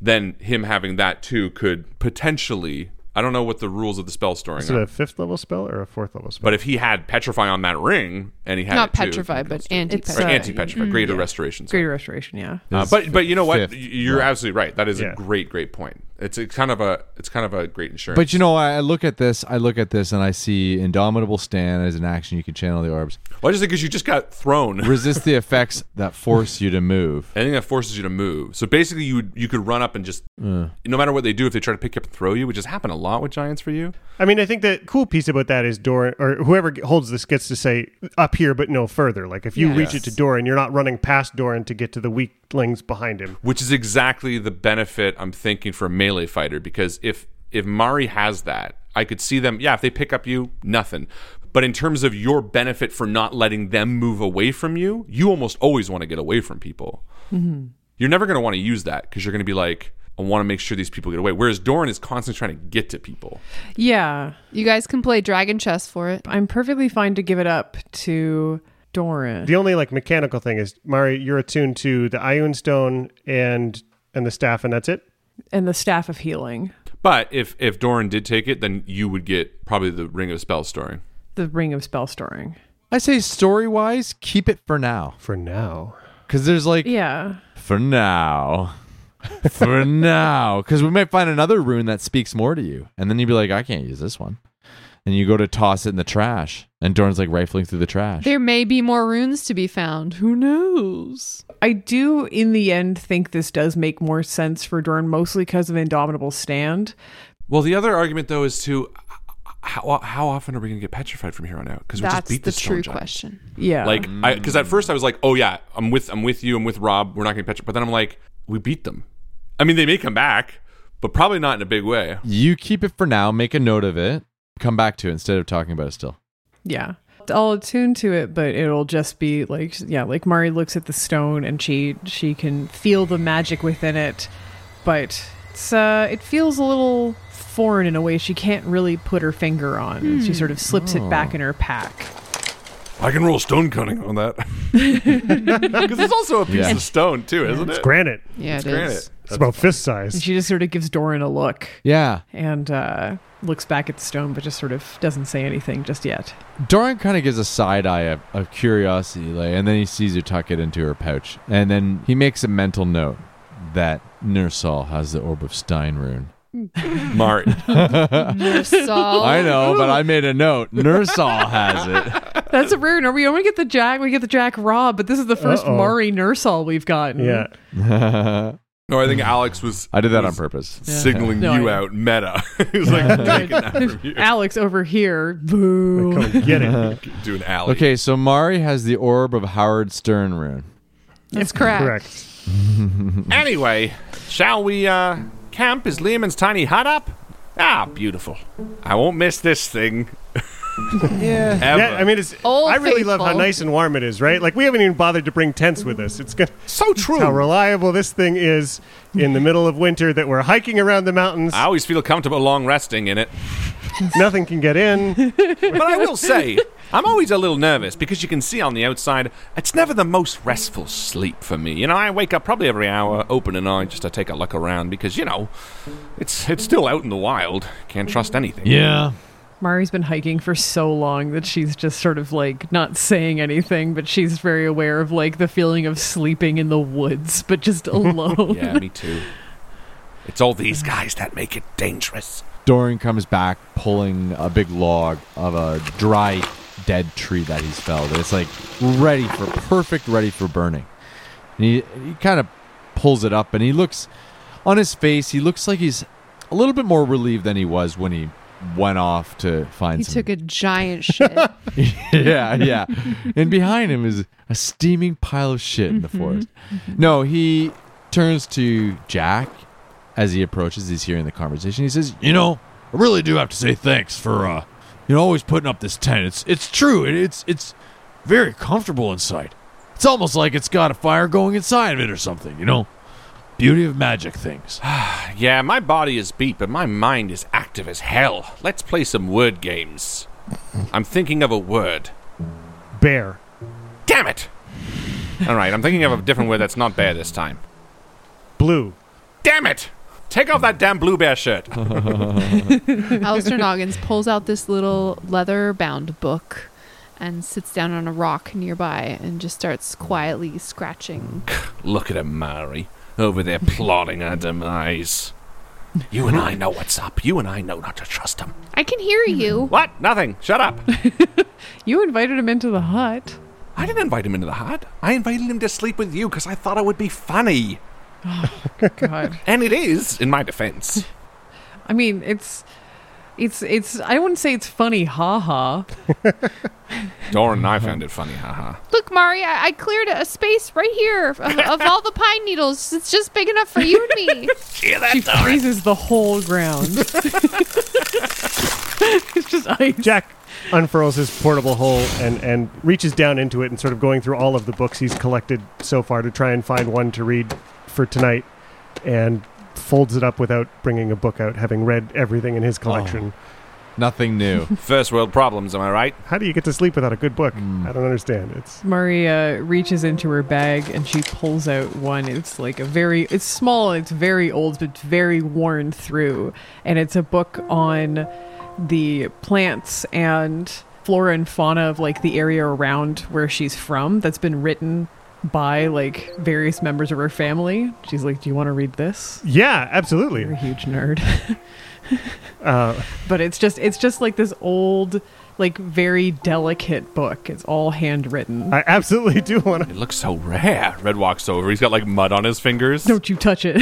Speaker 7: then him having that too could potentially. I don't know what the rules of the spell storing
Speaker 4: Is
Speaker 7: are,
Speaker 4: it a fifth level spell or a fourth level spell?
Speaker 7: but if he had petrify on that ring and he had
Speaker 5: not
Speaker 7: it too,
Speaker 5: petrified, Mm-hmm. but anti
Speaker 7: or anti petrify, greater restoration.
Speaker 2: Greater restoration, yeah.
Speaker 7: Uh, but but you know what?
Speaker 6: fifth.
Speaker 7: You're absolutely right. That is
Speaker 6: Yeah.
Speaker 7: a great great point. It's a kind of a it's kind of a great insurance.
Speaker 6: But you know, I I look at this, I look at this, and I see Indomitable Stand as an action you can channel the orbs.
Speaker 7: Well, I just think because you just got thrown.
Speaker 6: Resist the effects that force you to move.
Speaker 7: Anything that forces you to move. So basically, you would, you could run up and just
Speaker 6: Yeah.
Speaker 7: no matter what they do, if they try to pick you up and throw you, which has happened a lot with giants for you.
Speaker 4: I mean, I think the cool piece about that is Doran or whoever g- holds this gets to say up here, but no further. Like if you reach it
Speaker 7: Yes.
Speaker 4: to Doran, you're not running past Doran to get to the weaklings behind him.
Speaker 7: Which is exactly the benefit I'm thinking for a melee fighter because if if Mari has that, I could see them. Yeah, if they pick up you, nothing. But in terms of your benefit for not letting them move away from you, you almost always want to get away from people.
Speaker 9: Mhm.
Speaker 7: You're never going to want to use that because you're going to be like, I want to make sure these people get away. Whereas Doran is constantly trying to get to people.
Speaker 2: Yeah.
Speaker 5: You guys can play Dragon Chess for it.
Speaker 2: I'm perfectly fine to give it up to Doran.
Speaker 4: The only like mechanical thing is Mari, you're attuned to the Ion Stone and and the staff, and that's it.
Speaker 2: And the staff of healing,
Speaker 7: But if if Doran did take it, then you would get probably the Ring of Spell story.
Speaker 2: the ring of spell storing.
Speaker 6: I say story wise, keep it for now.
Speaker 4: For now.
Speaker 6: Because there's like.
Speaker 2: Yeah.
Speaker 6: For now. for now. Because we might find another rune that speaks more to you. And then you'd be like, I can't use this one. And you go to toss it in the trash. And Doran's like rifling through the trash.
Speaker 5: There may be more runes to be found. Who knows?
Speaker 2: I do, in the end, think this does make more sense for Doran, mostly because of Indomitable Stand.
Speaker 7: Well, the other argument though is to how how often are we going to get petrified from here on out? Because we just
Speaker 5: That's
Speaker 7: beat
Speaker 5: the
Speaker 7: this stone
Speaker 5: true
Speaker 7: giant.
Speaker 5: question.
Speaker 2: Yeah.
Speaker 7: Like, because at first I was like, oh yeah, I'm with I'm with you, I'm with Rob. We're not going to petrified. But then I'm like, we beat them. I mean, they may come back, but probably not in a big way.
Speaker 6: You keep it for now. Make a note of it. Come back to it instead of talking about it still.
Speaker 2: Yeah. I'll attune to it, but it'll just be like, yeah, like Mari looks at the stone and she she can feel the magic within it, but it's uh, it feels a little foreign in a way she can't really put her finger on. and She
Speaker 3: Hmm.
Speaker 2: sort of slips it back
Speaker 3: Oh.
Speaker 2: in her pack.
Speaker 7: I can roll stone cunning on that because it's also a piece
Speaker 4: Yeah.
Speaker 7: of stone too, isn't
Speaker 4: It's
Speaker 7: it?
Speaker 4: granite.
Speaker 2: Yeah,
Speaker 7: it's
Speaker 2: it
Speaker 7: granite.
Speaker 2: is.
Speaker 4: It's about fist size.
Speaker 2: And she just sort of gives Doran a look.
Speaker 6: Yeah.
Speaker 2: And uh, looks back at the stone, but just sort of doesn't say anything just yet.
Speaker 6: Doran kind of gives a side eye of, of curiosity, like, and then he sees her tuck it into her pouch, and then he makes a mental note that Nursal has the orb of Stein rune.
Speaker 7: Mart.
Speaker 5: Nursal.
Speaker 6: I know, but I made a note. Nursal has it.
Speaker 2: That's a rune. Are we only get the Jack? We get the Jack Rob, but this is the 1st
Speaker 6: Uh-oh.
Speaker 2: Mari Nursal we've gotten.
Speaker 7: No, I think Alex was.
Speaker 6: I did that on
Speaker 7: was
Speaker 6: purpose.
Speaker 7: Signaling
Speaker 2: No,
Speaker 7: you
Speaker 2: I-
Speaker 7: out, meta. He was like, "I'm taking that from you."
Speaker 2: Alex over here. Boo.
Speaker 4: Get
Speaker 6: it.
Speaker 7: Do an alley.
Speaker 6: okay, so Mari has the orb of Howard Stern rune.
Speaker 5: That's correct.
Speaker 7: anyway, shall we uh, camp? Is Lehman's tiny hut up? Ah, beautiful. I won't miss this thing.
Speaker 4: Yeah.
Speaker 7: Ever.
Speaker 4: I mean, it's.
Speaker 7: Old
Speaker 4: I really love how
Speaker 7: Faithful.
Speaker 4: nice and warm it is, right? Like we haven't even bothered to bring tents with us. It's good.
Speaker 7: So true.
Speaker 4: How reliable this thing is in the middle of winter that we're hiking around the mountains.
Speaker 7: I always feel comfortable long resting in it.
Speaker 4: Nothing can get in.
Speaker 7: But I will say, I'm always a little nervous because you can see on the outside, it's never the most restful sleep for me. You know, I wake up probably every hour, open an eye just to take a look around because, you know, it's it's still out in the wild. Can't trust anything.
Speaker 1: Yeah.
Speaker 2: Mari's been hiking for so long that she's just sort of like not saying anything, but she's very aware of like the feeling of sleeping in the woods, but just alone.
Speaker 7: yeah, me too. It's all these guys that make it dangerous.
Speaker 6: Doran comes back pulling a big log of a dry, dead tree that he's felled. It's like ready for perfect, ready for burning. And he he kind of pulls it up, and he looks on his face. He looks like he's a little bit more relieved than he was when he went off to find
Speaker 5: He
Speaker 6: some
Speaker 5: took a giant shit.
Speaker 6: yeah, yeah. And behind him is a steaming pile of shit in the
Speaker 2: Mm-hmm.
Speaker 6: forest. No, he turns to Jack as he approaches. He's hearing the conversation. He says,
Speaker 1: You know, I really do have to say thanks for uh, you know, always putting up this tent. It's it's true. It, it's it's very comfortable inside. It's almost like it's got a fire going inside of it or something. You know, beauty of magic things.
Speaker 7: Yeah, my body is beat, but my mind is active as hell. Let's play some word games. I'm thinking of a word.
Speaker 4: Bear.
Speaker 7: Damn it! All right, I'm thinking of a different word that's not bear this time.
Speaker 4: Blue.
Speaker 7: Damn it! Take off that damn blue bear shirt.
Speaker 5: Alistair Noggins pulls out this little leather bound book and sits down on a rock nearby and just starts quietly scratching.
Speaker 7: Look at him, Mari, over there plotting our demise. You and I know what's up. You and I know not to trust him.
Speaker 5: I can hear
Speaker 7: Mm-hmm.
Speaker 5: you.
Speaker 7: What? Nothing. Shut up.
Speaker 2: you invited him into the hut.
Speaker 7: I didn't invite him into the hut. I invited him to sleep with you because I thought it would be funny.
Speaker 2: Oh, God.
Speaker 7: And it is, in my defense.
Speaker 2: I mean, it's it's it's I wouldn't say it's funny, haha.
Speaker 7: Doran and I found it funny, haha.
Speaker 8: Look, Mari, I, I cleared a space right here of, of all the pine needles. It's just big enough for you and me.
Speaker 7: Hear that,
Speaker 2: she freezes the whole ground. it's just ice.
Speaker 4: Jack unfurls his portable hole and, and reaches down into it and sort of going through all of the books he's collected so far to try and find one to read for tonight and folds it up without bringing a book out, having read everything in his collection.
Speaker 6: Nothing new.
Speaker 7: First world Oh, problems, am I right? Hmm.
Speaker 4: How do you get to sleep without a good book? I don't understand. It's
Speaker 2: Maria reaches into her bag and she pulls out one. It's like a very it's small, it's very old, but it's very worn through. And it's a book on the plants and flora and fauna of like the area around where she's from that's been written by like various members of her family. She's like, Do you want to read this?
Speaker 4: yeah, absolutely. You're a
Speaker 2: huge nerd. but it's just it's just like this old like very delicate book it's all handwritten
Speaker 4: I absolutely do want
Speaker 7: It looks so rare. Red walks over. He's got like mud on his fingers.
Speaker 2: don't you touch it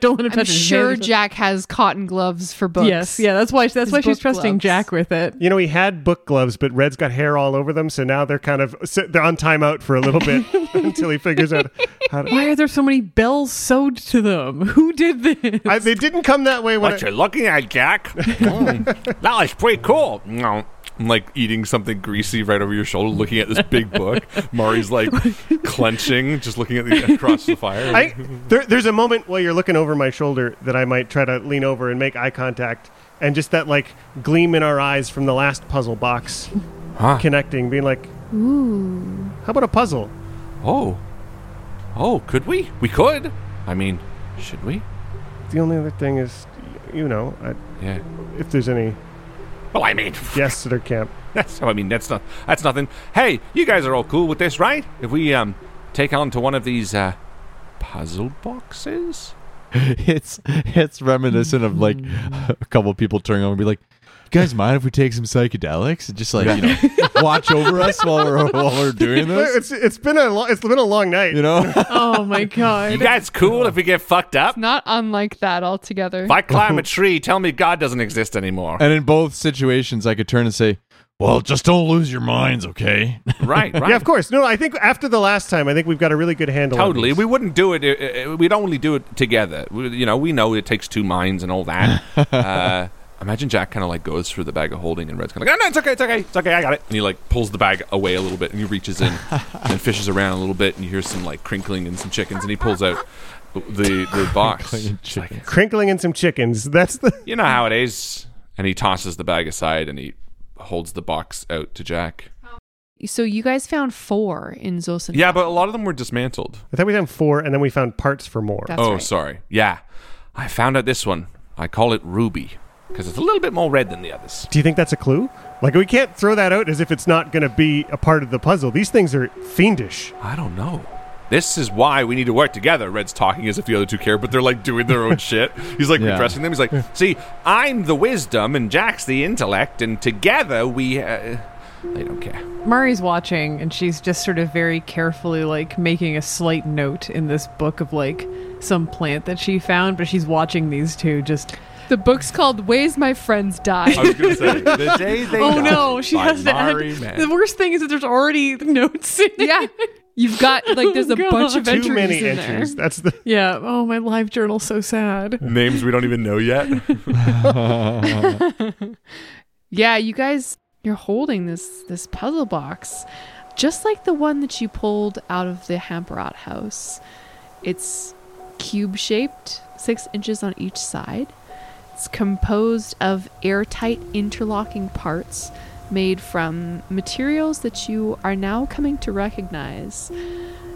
Speaker 2: don't let him touch
Speaker 5: I'm
Speaker 2: it His
Speaker 5: sure
Speaker 2: hand is-
Speaker 5: Jack has cotton gloves for books.
Speaker 2: yes yeah that's why that's
Speaker 5: His
Speaker 2: why she's
Speaker 5: book
Speaker 2: trusting
Speaker 5: gloves.
Speaker 2: jack with it
Speaker 4: You know, he had book gloves, but Red's got hair all over them, so now they're kind of so they're on timeout for a little bit until he figures out how to.
Speaker 2: why are there so many bells sewed to them who did this
Speaker 4: I, they didn't come that way when
Speaker 7: What
Speaker 4: I,
Speaker 7: you're looking at, Jack? Mm. that was pretty cool. No. I'm like eating something greasy right over your shoulder, looking at this big book. Mari's like clenching, just looking at the across the fire.
Speaker 4: I there, there's a moment while you're looking over my shoulder that I might try to lean over and make eye contact, and just that like gleam in our eyes from the last puzzle box
Speaker 7: Huh.
Speaker 4: connecting, being like,
Speaker 8: Ooh.
Speaker 4: "How about a puzzle?"
Speaker 7: oh, oh, could we? We could. I mean, should we?
Speaker 4: The only other thing is, you know, I,
Speaker 7: Yeah.
Speaker 4: if there's any
Speaker 7: Well, I mean,
Speaker 4: guests at our camp,
Speaker 7: that's. I mean, that's not. That's nothing. Hey, you guys are all cool with this, right? If we um take on to one of these uh puzzle boxes.
Speaker 6: it's it's reminiscent of like
Speaker 2: Mm.
Speaker 6: a couple people turning over and be like, "You guys mind if we take some psychedelics?" And just like you know, watch over us while we're while we're doing this.
Speaker 4: it's it's been a lo- it's been a long night.
Speaker 6: You know,
Speaker 2: oh my
Speaker 7: You
Speaker 2: god
Speaker 7: guys cool if we get fucked up?
Speaker 5: Not unlike that altogether.
Speaker 7: If I climb a tree, tell me God doesn't exist anymore.
Speaker 6: and in both situations, I could turn and say, "Well, just don't lose your minds, okay?"
Speaker 7: Right, right.
Speaker 4: Yeah, of course. No, I think after the last time, I think we've got a really good handle. on
Speaker 7: Totally.
Speaker 4: these.
Speaker 7: We wouldn't do it. uh, uh, We'd only do it together. We, you know, we know it takes two minds and all that. uh, imagine Jack kind of like goes through the bag of holding, and Red's kind of like, oh, no, it's okay, it's okay, it's okay, I got it. And he like pulls the bag away a little bit, and he reaches in and fishes around a little bit, and you hear some like crinkling and some chickens, and he pulls out the the box. It's like,
Speaker 4: crinkling and some chickens. That's the
Speaker 7: you know how it is. And he tosses the bag aside, and he holds the box out to Jack.
Speaker 5: So you guys found four in Zosin.
Speaker 7: Yeah, but a lot of them were dismantled.
Speaker 4: I thought we found four, and then we found parts for more.
Speaker 5: That's
Speaker 7: oh,
Speaker 5: right.
Speaker 7: sorry. Yeah. I found out this one. I call it Ruby. because it's a little bit more red than the others.
Speaker 4: Do you think that's a clue? Like, we can't throw that out as if it's not going to be a part of the puzzle. These things are fiendish.
Speaker 7: I don't know. This is why we need to work together. Red's talking as if the other two care, but they're like doing their own shit. He's like
Speaker 4: Yeah.
Speaker 7: redressing them. He's like, "See, I'm the wisdom, and Jack's the intellect, and together we." Uh, they don't care.
Speaker 2: Mari's watching and she's just sort of very carefully like making a slight note in this book of like some plant that she found, but she's watching these two just
Speaker 5: The book's called Ways My Friends Die.
Speaker 2: I was gonna say,
Speaker 7: The Day They
Speaker 2: Oh
Speaker 7: Die
Speaker 2: no, she
Speaker 7: by
Speaker 2: has to add
Speaker 7: Mari Mann.
Speaker 2: the worst thing is that there's already notes in it. Yeah.
Speaker 5: You've got like there's a bunch of
Speaker 4: Too many entries. That's the
Speaker 2: Yeah. Oh my live journal's so sad.
Speaker 7: Names we don't even know yet.
Speaker 5: Yeah, you guys, you're holding this this puzzle box, just like the one that you pulled out of the Hamperat house. It's cube shaped, six inches on each side. It's composed of airtight interlocking parts made from materials that you are now coming to recognize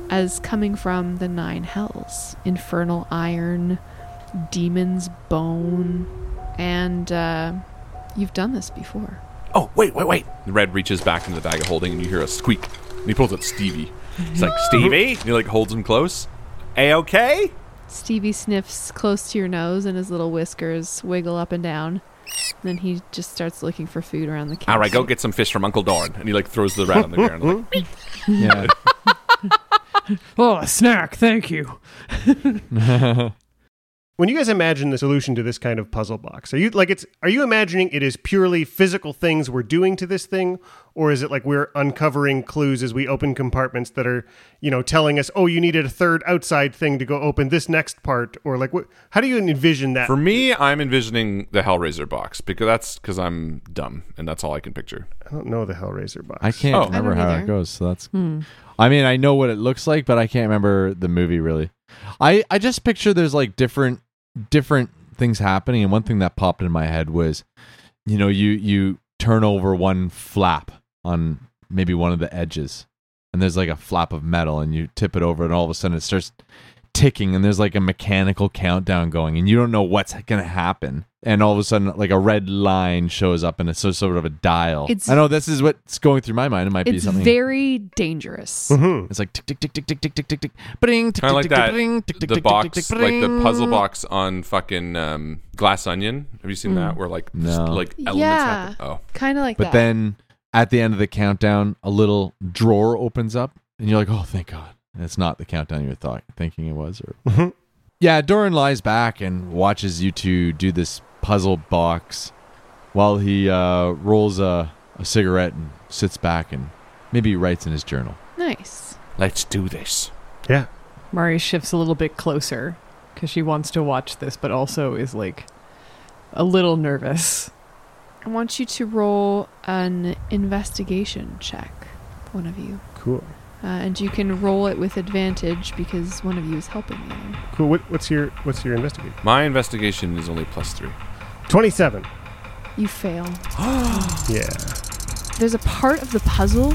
Speaker 5: as coming from the nine hells infernal iron, demon's bone, and uh, you've done this before.
Speaker 7: Oh wait, wait, wait! Red reaches back into the bag of holding, and you hear a squeak. And he pulls up Stevie. He's like, "Stevie," and he like holds him close. A okay?
Speaker 5: Stevie sniffs close to your nose and his little whiskers wiggle up and down. Then he just starts looking for food around the kitchen.
Speaker 7: All right, go get some fish from Uncle Doran. And he like throws the rat on the ground. Like,
Speaker 1: Yeah.
Speaker 2: oh, a snack. Thank you.
Speaker 4: when you guys imagine the solution to this kind of puzzle box, are you like it's are you imagining it is purely physical things we're doing to this thing, or is it like we're uncovering clues as we open compartments that are you know telling us oh you needed a third outside thing to go open this next part, or like what, how do you envision that?
Speaker 7: For me, I'm envisioning the Hellraiser box because that's because I'm dumb and that's all I can picture.
Speaker 4: I don't know the Hellraiser box.
Speaker 6: I can't remember how it goes. So that's. I mean, I know what it looks like, but I can't remember the movie really. I I just picture there's like different different things happening, and one thing that popped in my head was, you know, you you turn over one flap on maybe one of the edges, and there's like a flap of metal, and you tip it over, and all of a sudden it starts ticking, and there's like a mechanical countdown going, and you don't know what's gonna happen. And all of a sudden, like a red line shows up, and it's so sort of a dial.
Speaker 5: It's-
Speaker 6: I know this is what's going through my mind. It might be
Speaker 5: It's
Speaker 6: something.
Speaker 5: very dangerous.
Speaker 7: Mm-hmm.
Speaker 6: It's like tick tick tick tick tick tick tick tick tick. Bring
Speaker 7: Kind of like that. The box, like the puzzle box on fucking um, Glass Onion. Have you seen
Speaker 5: Mm.
Speaker 7: that? Where like
Speaker 6: No.
Speaker 7: just, like elements
Speaker 5: Yeah,
Speaker 7: happen. Oh,
Speaker 5: kind of like
Speaker 6: But
Speaker 5: that.
Speaker 6: then at the end of the countdown, a little drawer opens up, and you're like, "Oh, thank God!" And it's not the countdown you were thought thinking it was.
Speaker 1: Mm-hmm.
Speaker 6: Or yeah, Doran lies back and watches you two do this puzzle box, while he uh, rolls a, a cigarette and sits back and maybe writes in his journal.
Speaker 5: nice.
Speaker 7: Let's do this.
Speaker 4: Yeah.
Speaker 2: Mari shifts a little bit closer because she wants to watch this, but also is like a little nervous.
Speaker 5: I want you to roll an investigation check, one of you,
Speaker 4: Cool.
Speaker 5: uh, and you can roll it with advantage because one of you is helping the other.
Speaker 4: Cool. What, what's your what's your investigate?
Speaker 7: my investigation is only plus three.
Speaker 4: Twenty seven.
Speaker 5: You fail.
Speaker 4: Yeah.
Speaker 5: There's a part of the puzzle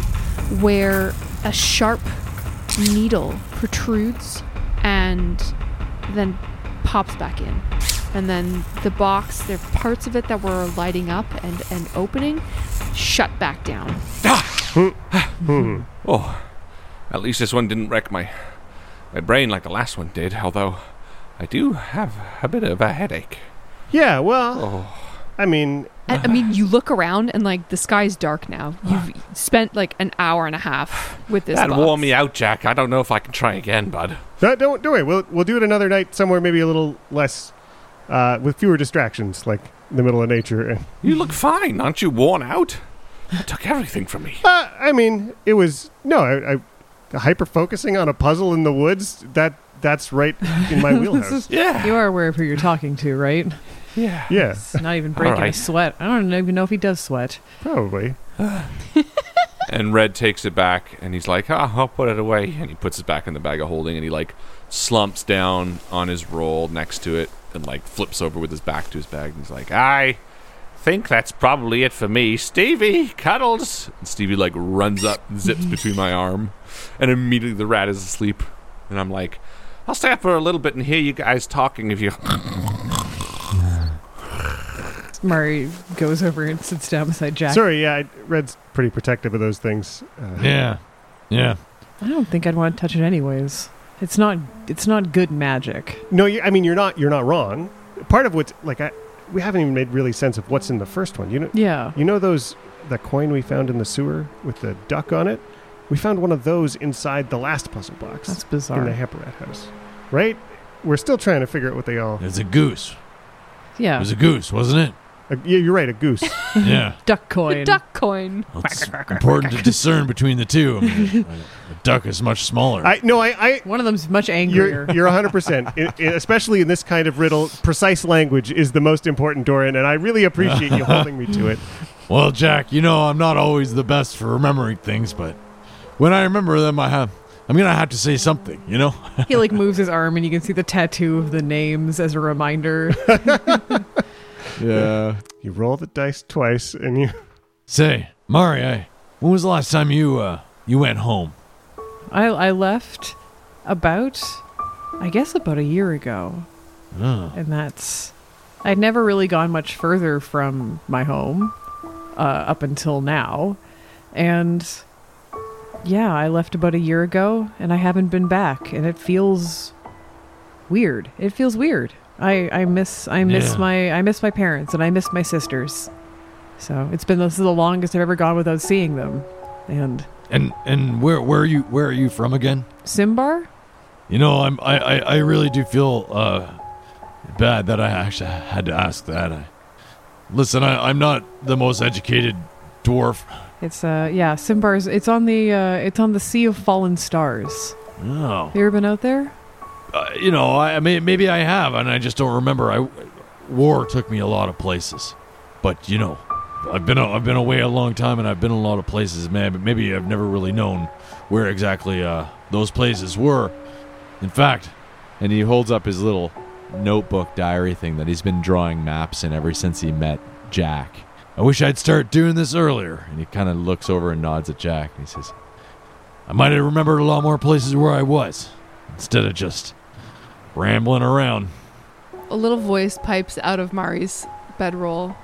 Speaker 5: where a sharp needle protrudes and then pops back in. And then the box, there are parts of it that were lighting up and, and opening, shut back down.
Speaker 7: Oh, at least this one didn't wreck my my brain like the last one did. Although I do have a bit of a headache.
Speaker 4: Yeah. Well,
Speaker 7: Oh.
Speaker 4: I mean,
Speaker 5: I I mean, you look around and like the sky's dark now. You've spent like an hour and a half with this.
Speaker 7: that
Speaker 5: box.
Speaker 7: wore me out, Jack. I don't know if I can try again, bud.
Speaker 4: No, don't don't worry. We'll we'll do it another night somewhere, maybe a little less, uh, with fewer distractions, like in the middle of nature.
Speaker 7: You look fine. Aren't you worn out? You took everything from me.
Speaker 4: Uh, I mean, it was no, I, I hyper focusing on a puzzle in the woods. That that's right in my wheelhouse.
Speaker 7: yeah.
Speaker 2: You are aware of who you're talking to, right?
Speaker 7: Yeah.
Speaker 4: Yeah.
Speaker 2: It's not even breaking
Speaker 7: right.
Speaker 2: a sweat. I don't even know if he does sweat.
Speaker 4: Probably.
Speaker 7: And Red takes it back and he's like, ah, I'll put it away. And he puts it back in the bag of holding and he like slumps down on his roll next to it and like flips over with his back to his bag. And he's like, I think that's probably it for me. Stevie, cuddles. And Stevie like runs up and zips between my arm. And immediately the rat is asleep. And I'm like, I'll stay up for a little bit and hear you guys talking if you.
Speaker 2: Mari goes over and sits down beside Jack.
Speaker 4: Sorry, yeah, I- Red's pretty protective of those things. Uh,
Speaker 1: Yeah. Yeah.
Speaker 2: I don't think I'd want to touch it anyways. It's not. It's not good magic.
Speaker 4: No, you, I mean you're not you're not wrong. Part of what's like I we haven't even made really sense of what's in the first one. You know,
Speaker 2: Yeah.
Speaker 4: You know those the coin we found in the sewer with the duck on it. We found one of those inside the last puzzle box.
Speaker 2: That's bizarre.
Speaker 4: In the Hamperat house, right? We're still trying to figure out what they all.
Speaker 1: It's a goose.
Speaker 2: Yeah.
Speaker 1: It was a goose, wasn't it?
Speaker 4: yeah, you're right. A goose.
Speaker 1: yeah.
Speaker 2: Duck coin.
Speaker 5: Duck coin.
Speaker 1: Well, it's important to discern between the two. I mean, a a duck is much smaller.
Speaker 4: I no, I, I
Speaker 2: one of them's much
Speaker 4: angrier. You're, you're 100, percent especially in this kind of riddle. Precise language is the most important, Doran, and I really appreciate you holding me to it.
Speaker 1: Well, Jack, you know I'm not always the best for remembering things, but when I remember them, I have I'm gonna have to say something. You know,
Speaker 2: He like moves his arm, and you can see the tattoo of the names as a reminder.
Speaker 1: Yeah.
Speaker 4: You roll the dice twice, and you
Speaker 1: say, Mari, I, when was the last time you uh you went home?
Speaker 2: I I left about, I guess, about a year ago,
Speaker 1: Oh.
Speaker 2: and that's I'd never really gone much further from my home uh, up until now, and yeah, I left about a year ago, and I haven't been back, and it feels weird. It feels weird. I I miss I miss
Speaker 1: Yeah.
Speaker 2: my I miss my parents, and I miss my sisters. So it's been this is the longest I've ever gone without seeing them, and
Speaker 1: And and where where are you where are you from again?
Speaker 2: Simbar.
Speaker 1: You know, I'm I I, I really do feel uh bad that I actually had to ask that. I, listen, I, I'm not the most educated dwarf.
Speaker 2: It's uh yeah, Simbar's it's on the uh it's on the Sea of Fallen Stars.
Speaker 1: Oh.
Speaker 2: You ever been out there?
Speaker 1: Uh, you know, I I may, maybe I have, and I just don't remember. I war took me a lot of places, but you know, I've been I've been away a long time, and I've been a lot of places, man. But maybe I've never really known where exactly uh, those places were. In fact,
Speaker 6: And he holds up his little notebook diary thing that he's been drawing maps in ever since he met Jack.
Speaker 1: I wish I'd start doing this earlier.
Speaker 6: And he kind of looks over and nods at Jack and he says,
Speaker 1: I might have remembered a lot more places where I was instead of just rambling around.
Speaker 5: A little voice pipes out of Mari's bedroll.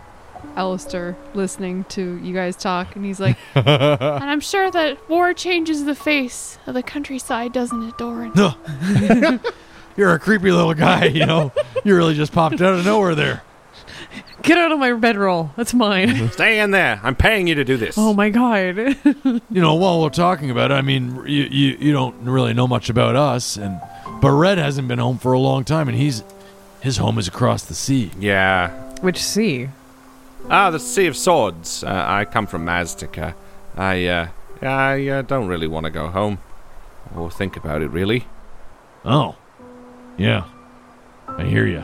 Speaker 5: Alistair listening to you guys talk, and he's like,
Speaker 8: And I'm sure that war changes the face of the countryside, doesn't it, Doran?
Speaker 1: No, you're a creepy little guy. You know, you really just popped out of nowhere there.
Speaker 2: Get out of my bedroll. That's mine.
Speaker 7: Stay in there. I'm paying you to do this.
Speaker 2: oh my god.
Speaker 1: you know, while we're talking about it, I mean, you, you you don't really know much about us, and but Red hasn't been home for a long time, and he's his home is across the sea.
Speaker 7: Yeah.
Speaker 2: Which sea?
Speaker 7: Ah, the Sea of Swords. Uh, I come from Mazteca. I, uh, I uh, don't really want to go home. Or think about it, really.
Speaker 1: Oh, yeah, I hear you.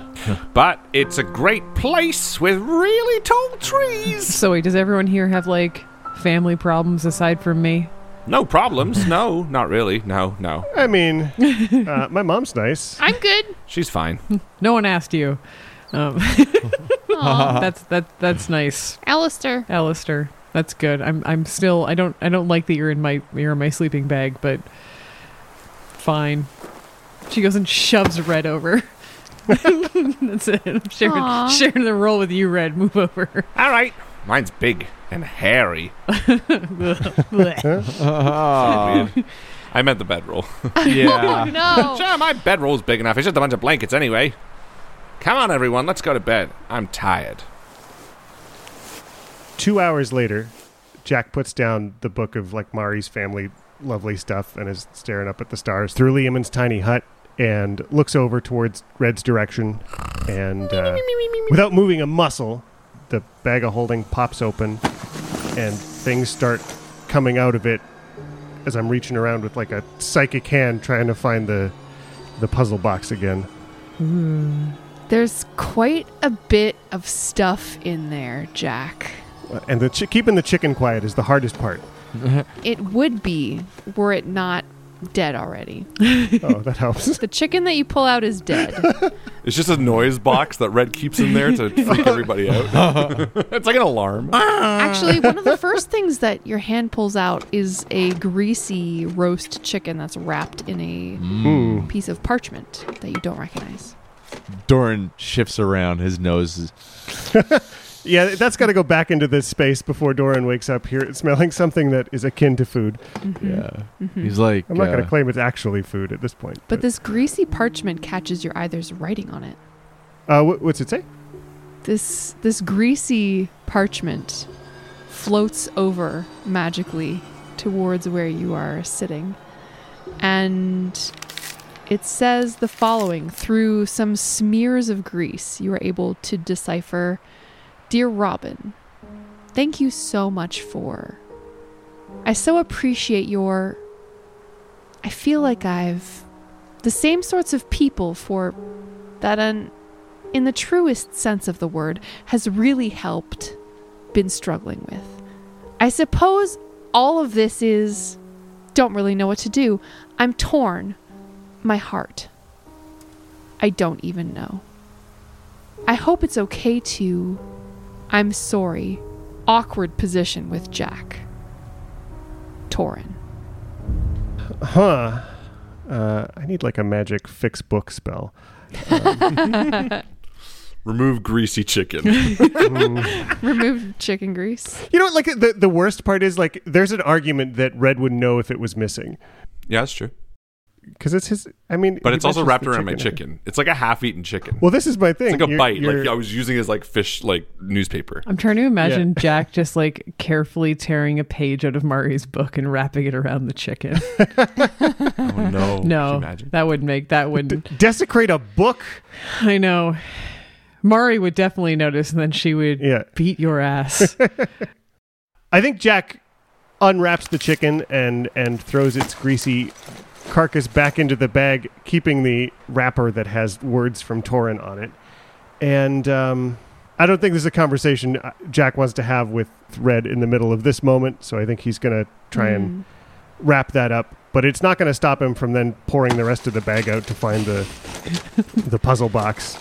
Speaker 7: But it's a great place with really tall trees.
Speaker 2: so wait, does everyone here have like family problems aside from me?
Speaker 7: No problems. No, not really. No, no.
Speaker 4: I mean, uh, my mom's nice.
Speaker 8: I'm good.
Speaker 7: She's fine.
Speaker 2: No one asked you. Um, that's that that's nice.
Speaker 8: Alistair.
Speaker 2: Alistair. That's good. I'm I'm still I don't I don't like that you're in my you're in my sleeping bag, but fine. She goes and shoves Red over. That's it. I'm
Speaker 8: Aw.
Speaker 2: sharing, sharing the role with you, Red. Move over.
Speaker 7: All right. Mine's big and hairy.
Speaker 6: Ah.
Speaker 7: Weird. I meant the bedroll.
Speaker 6: Yeah. Oh,
Speaker 8: no.
Speaker 7: Sure, my bedroll's big enough. It's just a bunch of blankets anyway. Come on, everyone. Let's go to bed. I'm tired.
Speaker 4: Two hours later, Jack puts down the book of like Mari's family lovely stuff and is staring up at the stars through Liamon's tiny hut and looks over towards Red's direction and uh, without moving a muscle, the bag of holding pops open and things start coming out of it as I'm reaching around with like a psychic hand trying to find the the puzzle box again.
Speaker 5: There's quite a bit of stuff in there, Jack.
Speaker 4: And the chi- keeping the chicken quiet is the hardest part.
Speaker 5: It would be were it not dead already.
Speaker 4: oh, that helps.
Speaker 5: The chicken that you pull out is dead.
Speaker 7: It's just a noise box that Red keeps in there to freak everybody out. it's like an alarm.
Speaker 5: Actually, one of the first things that your hand pulls out is a greasy roast chicken that's wrapped in a
Speaker 6: Mm.
Speaker 5: piece of parchment that you don't recognize.
Speaker 6: Doran shifts around. His nose is.
Speaker 4: Yeah, that's got to go back into this space before Doran wakes up here smelling something that is akin to food.
Speaker 6: Yeah.
Speaker 2: Hmm.
Speaker 6: Mhm. He's like,
Speaker 4: I'm not going
Speaker 6: uh,
Speaker 4: to claim it's actually food at this point.
Speaker 5: But this greasy parchment catches your eye. There's writing on it.
Speaker 4: uh, wh- what's it say?
Speaker 5: This this greasy parchment floats over magically towards where you are sitting. And it says the following through some smears of grease you are able to decipher Dear Robin, thank you so much for I so appreciate your I feel like I've the same sorts of people for that un, in the truest sense of the word has really helped been struggling with. I suppose all of this is don't really know what to do. I'm torn. My heart. I don't even know. I hope it's okay to I'm sorry. Awkward position with Jack. Torin.
Speaker 4: Huh. Uh, I need like a magic fix book spell. Um,
Speaker 9: Remove greasy chicken.
Speaker 5: Remove chicken grease.
Speaker 4: you know what? Like the, the worst part is like there's an argument that Red would know if it was missing
Speaker 7: Yeah, that's true.
Speaker 4: because it's his. I mean,
Speaker 9: But
Speaker 4: he
Speaker 9: it's also
Speaker 4: mentions
Speaker 9: wrapped
Speaker 4: the
Speaker 9: around my chicken. It's like a half-eaten chicken.
Speaker 4: Well, this is my
Speaker 9: It's
Speaker 4: thing.
Speaker 9: like a
Speaker 4: You're-
Speaker 9: bite. Like
Speaker 4: you're-
Speaker 9: I was using it as like fish, like newspaper.
Speaker 2: I'm trying to imagine Jack just like carefully tearing a page out of Mari's book and wrapping it around the chicken.
Speaker 9: oh no!
Speaker 2: no, that would make that would
Speaker 4: desecrate a book.
Speaker 2: I know. Mari would definitely notice, and then she would beat your ass.
Speaker 4: I think Jack unwraps the chicken and and throws its greasy carcass back into the bag, keeping the wrapper that has words from Torin on it. And um, I don't think this is a conversation uh, Jack wants to have with Red in the middle of this moment. So I think he's going to try and wrap that up. But it's not going to stop him from then pouring the rest of the bag out to find the the puzzle box.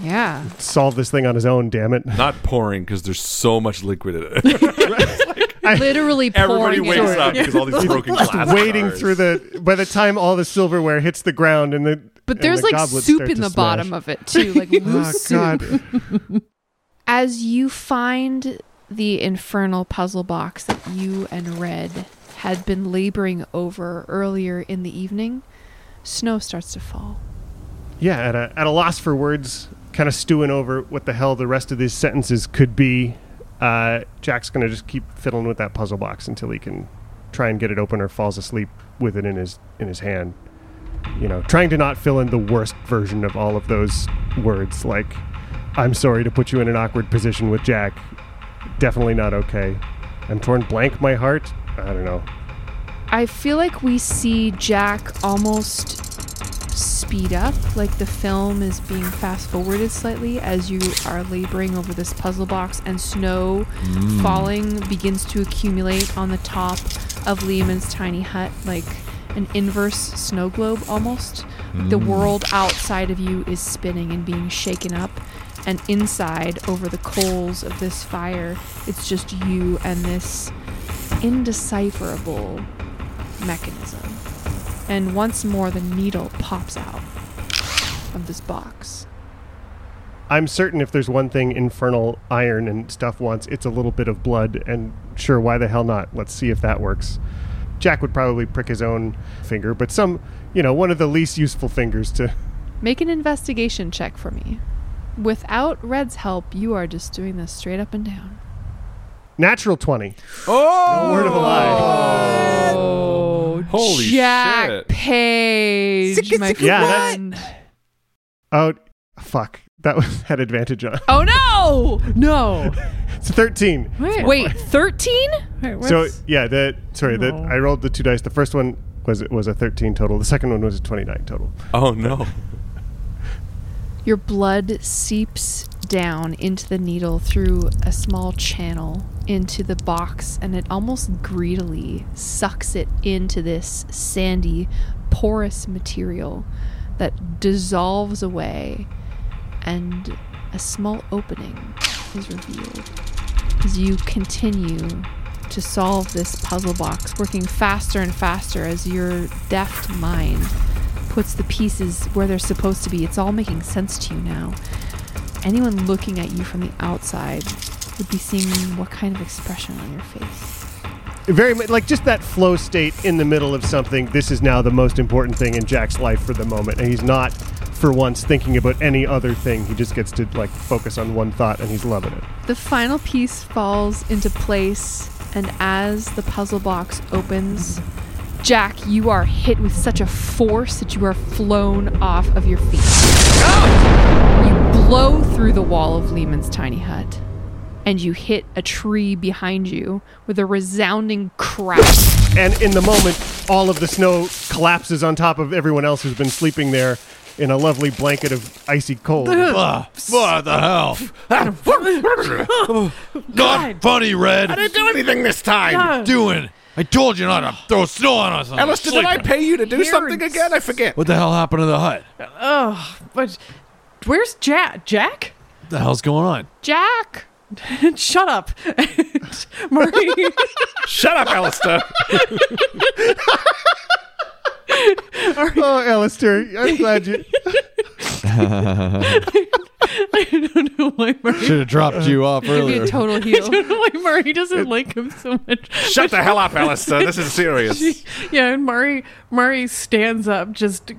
Speaker 5: Yeah.
Speaker 4: Solve this thing on his own, damn it.
Speaker 9: Not pouring because there's so much liquid in it.
Speaker 5: Literally
Speaker 9: Everybody
Speaker 5: pouring
Speaker 9: wakes
Speaker 5: it.
Speaker 9: up because all these broken
Speaker 4: Just
Speaker 9: glass.
Speaker 4: wading
Speaker 9: jars.
Speaker 4: through the. By the time all the silverware hits the ground and the.
Speaker 5: But
Speaker 4: and
Speaker 5: there's
Speaker 4: the
Speaker 5: like
Speaker 4: goblets
Speaker 5: soup
Speaker 4: start
Speaker 5: in
Speaker 4: to
Speaker 5: the
Speaker 4: smash.
Speaker 5: bottom of it too, like
Speaker 4: Oh,
Speaker 5: loose
Speaker 4: God.
Speaker 5: soup. As you find the infernal puzzle box that you and Red had been laboring over earlier in the evening, snow starts to fall.
Speaker 4: Yeah, at a at a loss for words, kind of stewing over what the hell the rest of these sentences could be. Uh, Jack's gonna just keep fiddling with that puzzle box until he can try and get it open or falls asleep with it in his in his hand. You know, trying to not fill in the worst version of all of those words, like "I'm sorry to put you in an awkward position with Jack." Definitely not okay. I'm torn blank. My heart. I don't know.
Speaker 5: I feel like we see Jack almost speed up, like the film is being fast forwarded slightly as you are laboring over this puzzle box and snow
Speaker 8: Mm.
Speaker 5: falling begins to accumulate on the top of Lehman's tiny hut, like an inverse snow globe almost. The
Speaker 8: Mm.
Speaker 5: world outside of you is spinning and being shaken up. And inside, over the coals of this fire, it's just you and this indecipherable mechanism. And once more, the needle pops out of this box.
Speaker 4: I'm certain if there's one thing Infernal Iron and stuff wants, it's a little bit of blood, and sure, why the hell not? Let's see if that works. Jack would probably prick his own finger, but some, you know, one of the least useful fingers to.
Speaker 5: Make an investigation check for me. Without Red's help, you are just doing this straight up and down.
Speaker 4: Natural 20.
Speaker 7: Oh!
Speaker 4: No word of a lie.
Speaker 7: Holy
Speaker 5: Jack
Speaker 7: shit.
Speaker 5: Page, my
Speaker 4: sicka, Yeah,
Speaker 5: friend.
Speaker 4: Oh, fuck. That was had advantage on.
Speaker 5: Oh no!
Speaker 2: No.
Speaker 4: It's a 13.
Speaker 5: Wait, wait, thirteen?
Speaker 4: So yeah, the sorry, the,
Speaker 5: No.
Speaker 4: I rolled the two dice. The first one was was a 13 total. The second one was a 29 total.
Speaker 7: Oh no.
Speaker 5: Your blood seeps down into the needle through a small channel into the box, and it almost greedily sucks it into this sandy, porous material that dissolves away, and a small opening is revealed as you continue to solve this puzzle box, working faster and faster as your deft mind puts the pieces where they're supposed to be. It's all making sense to you now. Anyone looking at you from the outside would be seeing what kind of expression on your face.
Speaker 4: Very much like just that flow state in the middle of something. This is now the most important thing in Jack's life for the moment, and he's not for once thinking about any other thing. He just gets to like focus on one thought, and he's loving it.
Speaker 5: The final piece falls into place, and as the puzzle box opens, Jack, you are hit with such a force that you are flown off of your feet. You blow through the wall of Lehman's tiny hut, and you hit a tree behind you with a resounding crash.
Speaker 4: And in the moment, all of the snow collapses on top of everyone else who's been sleeping there in a lovely blanket of icy cold.
Speaker 1: Ugh. What the hell? Not funny, Red.
Speaker 9: I didn't do anything this time.
Speaker 1: What are you doing? I told you not to throw snow on us. I'm
Speaker 9: Elliston, did I
Speaker 1: sleeping.
Speaker 9: pay you to do something
Speaker 2: Parents.
Speaker 9: again? I forget.
Speaker 1: What the hell happened to the hut?
Speaker 2: Oh, but where's Jack? Jack?
Speaker 1: What the hell's going on?
Speaker 5: Jack.
Speaker 2: Shut up, Marie.
Speaker 9: Shut up, Alistair.
Speaker 4: oh, Alistair, I'm glad you.
Speaker 2: I don't know why Murray.
Speaker 6: Should have dropped you off earlier.
Speaker 5: total
Speaker 2: heel. I don't know why Murray doesn't like him so much.
Speaker 9: Shut the hell up, Alistair. This is serious.
Speaker 2: She- yeah, and Murray Murray stands up, just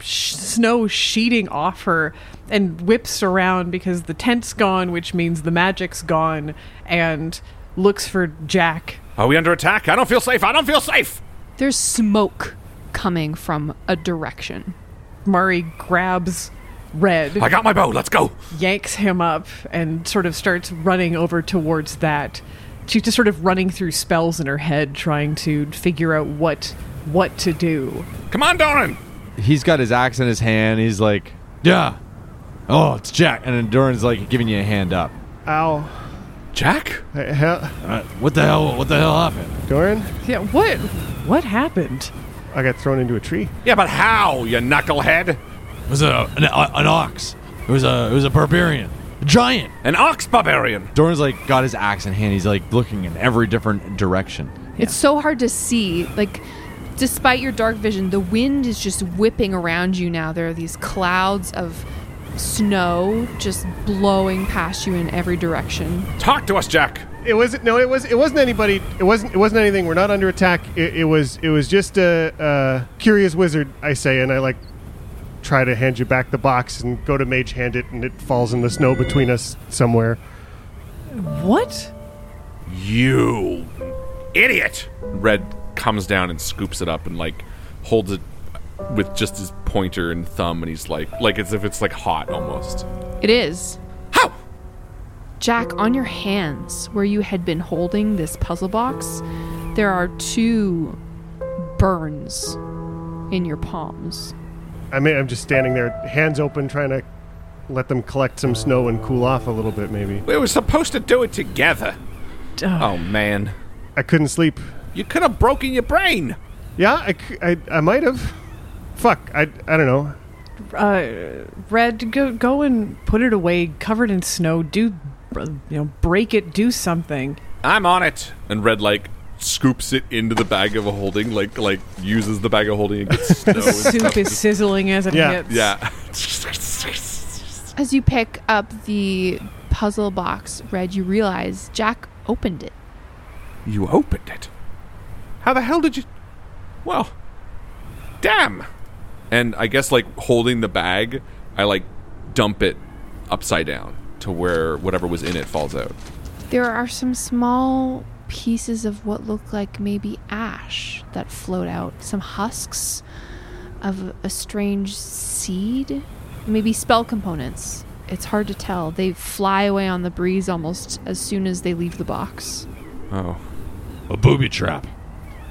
Speaker 2: sh- snow sheeting off her, and whips around because the tent's gone, which means the magic's gone, and looks for Jack.
Speaker 7: Are we under attack? I don't feel safe. I don't feel safe.
Speaker 5: There's smoke coming from a direction.
Speaker 2: Murray grabs Red.
Speaker 7: I got my bow. Let's go.
Speaker 2: yanks him up and sort of starts running over towards that. She's just sort of running through spells in her head, trying to figure out what what to do.
Speaker 7: Come on, Doran.
Speaker 6: He's got his axe in his hand. He's like, yeah. Oh, it's Jack. And then Doran's like giving you a hand up.
Speaker 4: Ow.
Speaker 7: Jack?
Speaker 4: Hey, hell,
Speaker 6: Uh, what the hell? What the hell happened?
Speaker 4: Doran,
Speaker 2: Yeah, what what happened?
Speaker 4: I got thrown into a tree.
Speaker 7: Yeah, but how, you knucklehead?
Speaker 1: It was a, an, uh, an ox. It was a it was a barbarian, a giant.
Speaker 7: An ox barbarian.
Speaker 6: Doran's like got his axe in hand. He's like looking in every different direction.
Speaker 5: It's so hard to see. Like, despite your dark vision, the wind is just whipping around you now. There are these clouds of snow just blowing past you in every direction.
Speaker 7: Talk to us, Jack.
Speaker 4: It wasn't. No, it was. It wasn't anybody. It wasn't. It wasn't anything. We're not under attack. It, it was. It was just a, a curious wizard. I say, and I like try to hand you back the box and go to mage hand it, and it falls in the snow between us somewhere.
Speaker 2: What?
Speaker 7: You idiot.
Speaker 9: Red comes down and scoops it up and like holds it with just his pointer and thumb, and he's like, like as if it's like hot almost.
Speaker 5: It is.
Speaker 7: How?
Speaker 5: Jack, on your hands, where you had been holding this puzzle box, there are two burns in your palms.
Speaker 4: I mean, I'm just standing there, hands open, trying to let them collect some snow and cool off a little bit. Maybe
Speaker 7: We were supposed to do it together. Oh, man.
Speaker 4: I couldn't sleep.
Speaker 7: You could have broken your brain.
Speaker 4: Yeah, I, c- I, I might have. Fuck, I, I don't know.
Speaker 2: Uh, Red, go go and put it away, covered in snow. Do you know? Break it. Do something.
Speaker 7: I'm on it.
Speaker 9: And Red like scoops it into the bag of holding, like like uses the bag of holding and gets snow. and
Speaker 2: Soup
Speaker 9: stuff.
Speaker 2: is sizzling as it
Speaker 4: Yeah,
Speaker 2: hits.
Speaker 9: yeah.
Speaker 5: As you pick up the puzzle box, Red, you realize Jack opened it.
Speaker 7: You opened it. How the hell did you. Well, damn.
Speaker 9: And I guess like holding the bag, I like dump it upside down to where whatever was in it falls out.
Speaker 5: There are some small pieces of what look like maybe ash that float out, some husks of a strange seed, maybe spell components. It's hard to tell. They fly away on the breeze almost as soon as they leave the box.
Speaker 9: Oh.
Speaker 1: A booby trap.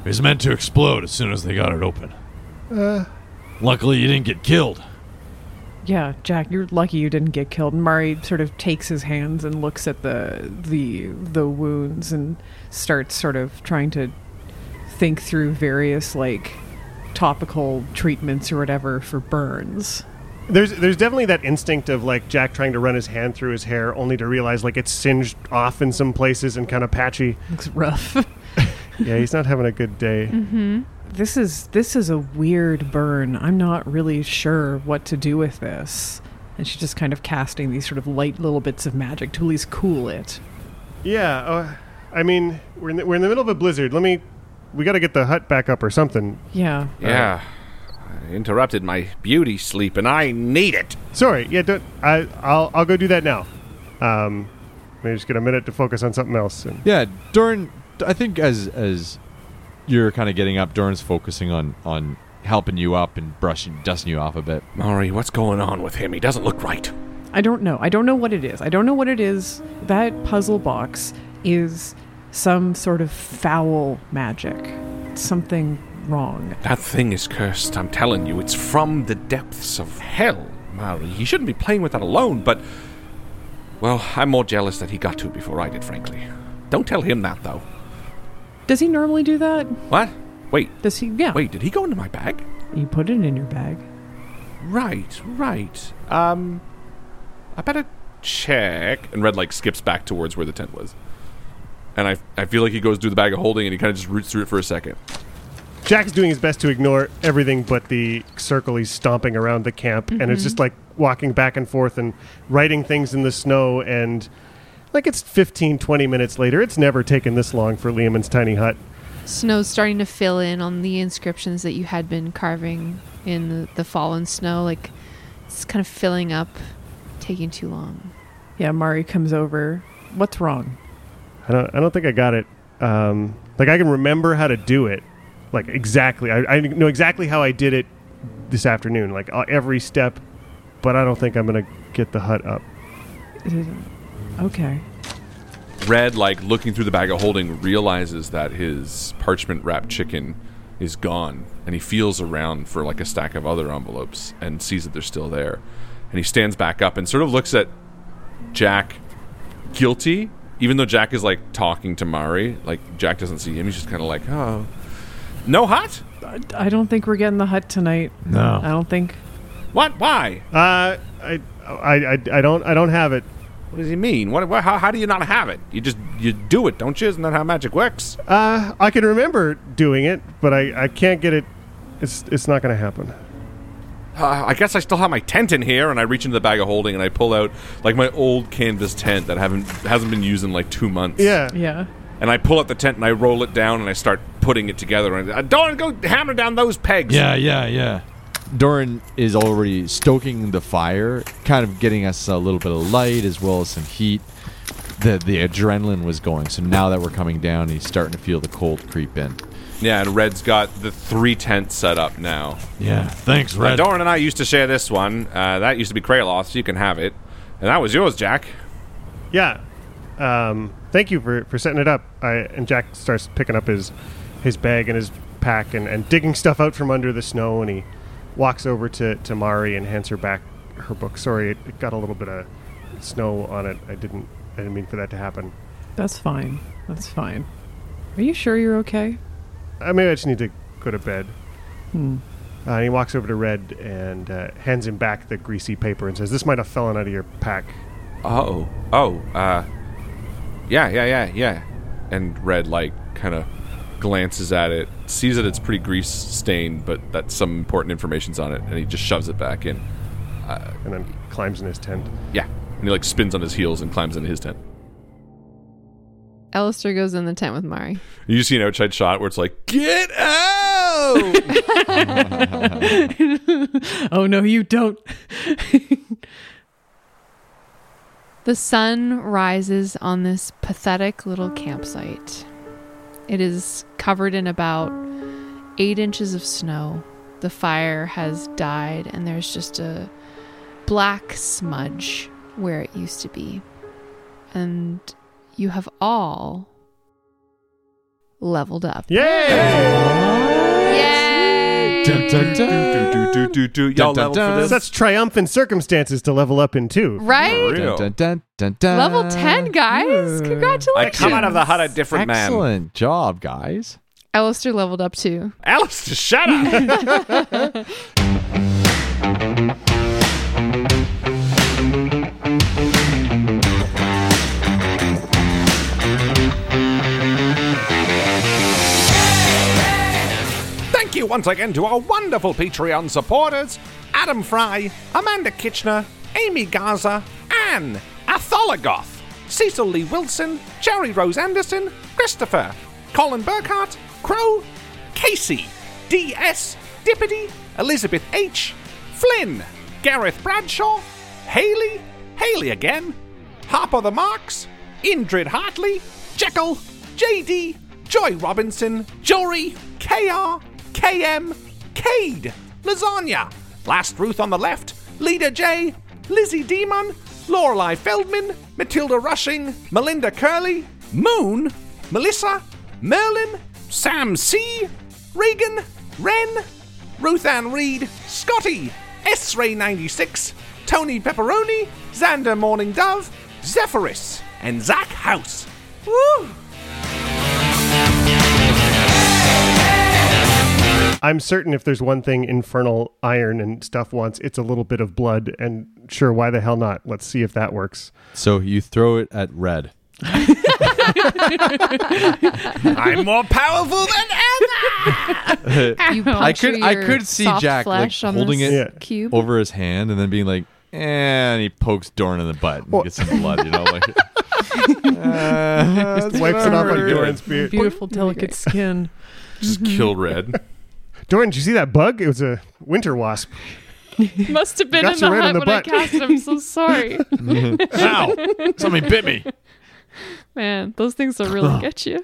Speaker 1: It was meant to explode as soon as they got it open.
Speaker 4: Uh,
Speaker 1: Luckily, you didn't get killed.
Speaker 2: Yeah, Jack, you're lucky you didn't get killed. And Mari sort of takes his hands and looks at the the the wounds and starts sort of trying to think through various like topical treatments or whatever for burns.
Speaker 4: There's there's definitely that instinct of like Jack trying to run his hand through his hair only to realize like it's singed off in some places and kind of patchy.
Speaker 2: Looks rough. Mm.
Speaker 4: Yeah, he's not having a good day.
Speaker 2: this is this is a weird burn. I'm not really sure what to do with this. And she's just kind of casting these sort of light little bits of magic to at least cool it.
Speaker 4: Yeah, uh, I mean, we're in, the, we're in the middle of a blizzard. Let me. We got to get the hut back up or something.
Speaker 2: Yeah.
Speaker 7: Yeah. I interrupted my beauty sleep, and I need it.
Speaker 4: Sorry. Yeah. Don't. I. I'll. I'll go do that now. Um, maybe just get a minute to focus on something else. And
Speaker 6: Yeah, Doran. I think as as you're kind of getting up, Doran's focusing on on helping you up and brushing, dusting you off a bit.
Speaker 7: Maury, what's going on with him? He doesn't look right.
Speaker 2: I don't know. I don't know what it is. I don't know what it is. That puzzle box is some sort of foul magic. Something wrong.
Speaker 7: That thing is cursed, I'm telling you. It's from the depths of hell, Maury. He shouldn't be playing with that alone, but. Well, I'm more jealous that he got to it before I did, frankly. Don't tell him that, though.
Speaker 2: Does he normally do that?
Speaker 7: What? Wait.
Speaker 2: Does he? Yeah.
Speaker 7: Wait, did he go into my bag?
Speaker 2: You put it in your bag.
Speaker 7: Right, right. Um. I better check.
Speaker 9: And Red like skips back towards where the tent was. And I, I feel like he goes through the bag of holding and he kind of just roots through it for a second.
Speaker 4: Jack's doing his best to ignore everything but the circle he's stomping around the camp, and it's
Speaker 5: Mhm.
Speaker 4: just like walking back and forth and writing things in the snow. And like it's 15, 20 minutes later. It's never taken this long for Liamon's tiny hut.
Speaker 5: Snow's starting to fill in on the inscriptions that you had been carving in the, the fallen snow. Like, it's kind of filling up, taking too long.
Speaker 2: Yeah, Mari comes over. What's wrong?
Speaker 4: I don't. I don't think I got it. Um, like I can remember how to do it, like exactly. I, I know exactly how I did it this afternoon, like uh, every step. But I don't think I'm gonna get the hut up.
Speaker 2: Okay.
Speaker 9: Red, like looking through the bag of holding, realizes that his parchment wrapped chicken is gone, and he feels around for like a stack of other envelopes and sees that they're still there. And he stands back up and sort of looks at Jack, guilty, even though Jack is like talking to Mari. Like Jack doesn't see him; he's just kind of like, "Oh, no hot?
Speaker 2: I don't think we're getting the hut tonight.
Speaker 4: No.
Speaker 2: I don't think.
Speaker 7: What? Why?
Speaker 4: Uh, I, I, I, I don't. I don't have it.
Speaker 7: What does he mean? What? what how, how do you not have it? You just you do it, don't you? Isn't that how magic works?
Speaker 4: Uh, I can remember doing it, but I, I can't get it. It's it's not gonna happen.
Speaker 9: Uh,
Speaker 7: I guess I still have my tent in here, and I reach into the bag of holding and I pull out like my old canvas tent that haven't hasn't been used in like two months.
Speaker 4: Yeah.
Speaker 2: Yeah.
Speaker 7: And I pull out the tent and I roll it down and I start putting it together. And I, don't go hammer down those pegs.
Speaker 6: Yeah, yeah, yeah. Doran is already stoking the fire, kind of getting us a little bit of light as well as some heat. The the adrenaline was going, so now that we're coming down, he's starting to feel the cold creep in.
Speaker 9: Yeah, and Red's got the three tents set up now.
Speaker 6: Yeah, thanks,
Speaker 9: Now,
Speaker 6: Red.
Speaker 9: Doran and I used to share this one. Uh, that used to be Kraloth, so you can have it. And that was yours, Jack.
Speaker 4: Yeah. Um, thank you for, for setting it up. I, and Jack starts picking up his his bag and his pack and, and digging stuff out from under the snow. And he walks over to, to Mari and hands her back her book. Sorry, it, it got a little bit of snow on it. I didn't I didn't mean for that to happen.
Speaker 2: That's fine. That's fine. Are you sure you're okay?
Speaker 4: Uh, maybe I just need to go to bed.
Speaker 2: Hmm.
Speaker 4: Uh, and he walks over to Red and uh, hands him back the greasy paper and says, "This might have fallen out of your pack."
Speaker 9: Oh, oh, uh, yeah, yeah, yeah, yeah. And Red, like, kind of glances at it, sees that it's pretty grease stained, but that some important information's on it, and he just shoves it back in. Uh,
Speaker 4: and then climbs in his tent.
Speaker 9: Yeah, and he like spins on his heels and climbs into his tent.
Speaker 5: Alistair goes in the tent with Mari.
Speaker 9: You see an outside shot where it's like, get out!
Speaker 2: oh no, you don't.
Speaker 5: The sun rises on this pathetic little campsite. It is covered in about eight inches of snow. The fire has died, and there's just a black smudge where it used to be. And you have all leveled up.
Speaker 9: Y'all leveled for this?
Speaker 4: Such triumphant circumstances to level up in too.
Speaker 5: Right?
Speaker 4: For real.
Speaker 6: Dun, dun, dun, dun.
Speaker 5: Level 10, guys. Congratulations.
Speaker 7: a different
Speaker 6: Excellent
Speaker 7: man.
Speaker 6: Excellent job, guys.
Speaker 5: Alistair leveled up too.
Speaker 7: Alistair, shut up! Thank you once again to our wonderful Patreon supporters Adam Fry, Amanda Kitchener, Amy Gaza, Anne Atholagoth,
Speaker 8: Cecil Lee Wilson, Jerry Rose Anderson, Christopher, Colin Burkhart, Crow, Casey, D.S., Dippity, Elizabeth H., Flynn, Gareth Bradshaw, Haley, Haley again, Harper the Marks, Indrid Hartley, Jekyll, J.D., Joy Robinson, Jory, K.R., K.M., Cade, Lasagna, Last Ruth on the left, Leader J, Lizzie Demon, Lorelei Feldman, Matilda Rushing, Melinda Curley, Moon, Melissa, Merlin, Sam C, Regan, Wren, Ruth Ann Reed, Scotty, S Ray 96, Tony Pepperoni, Xander Morning Dove, Zephyrus, and Zach House. Woo!
Speaker 4: I'm certain if there's one thing Infernal Iron and stuff wants, it's a little bit of blood. And sure, why the hell not? Let's see if that works.
Speaker 6: So you throw it at red.
Speaker 8: I'm more powerful than
Speaker 10: You
Speaker 8: ever.
Speaker 6: I could I
Speaker 10: your
Speaker 6: could see
Speaker 10: soft
Speaker 6: Jack like
Speaker 10: flesh on
Speaker 6: holding
Speaker 10: this
Speaker 6: it
Speaker 10: cube?
Speaker 6: over his hand and then being like, eh, and he pokes Doran in the butt and gets some blood, you know, like "Ah,
Speaker 4: Just wipes it off on Doran's beard.
Speaker 2: Beautiful, delicate skin.
Speaker 11: Just kill red.
Speaker 4: Doran, did you see that bug? It was a winter wasp.
Speaker 5: Must have been
Speaker 4: Got
Speaker 5: in
Speaker 4: you
Speaker 5: the
Speaker 4: right
Speaker 5: hut
Speaker 4: on the
Speaker 5: when
Speaker 4: butt.
Speaker 5: I cast it. I'm so sorry.
Speaker 4: Ow. Somebody bit me.
Speaker 5: Man, those things will really get you.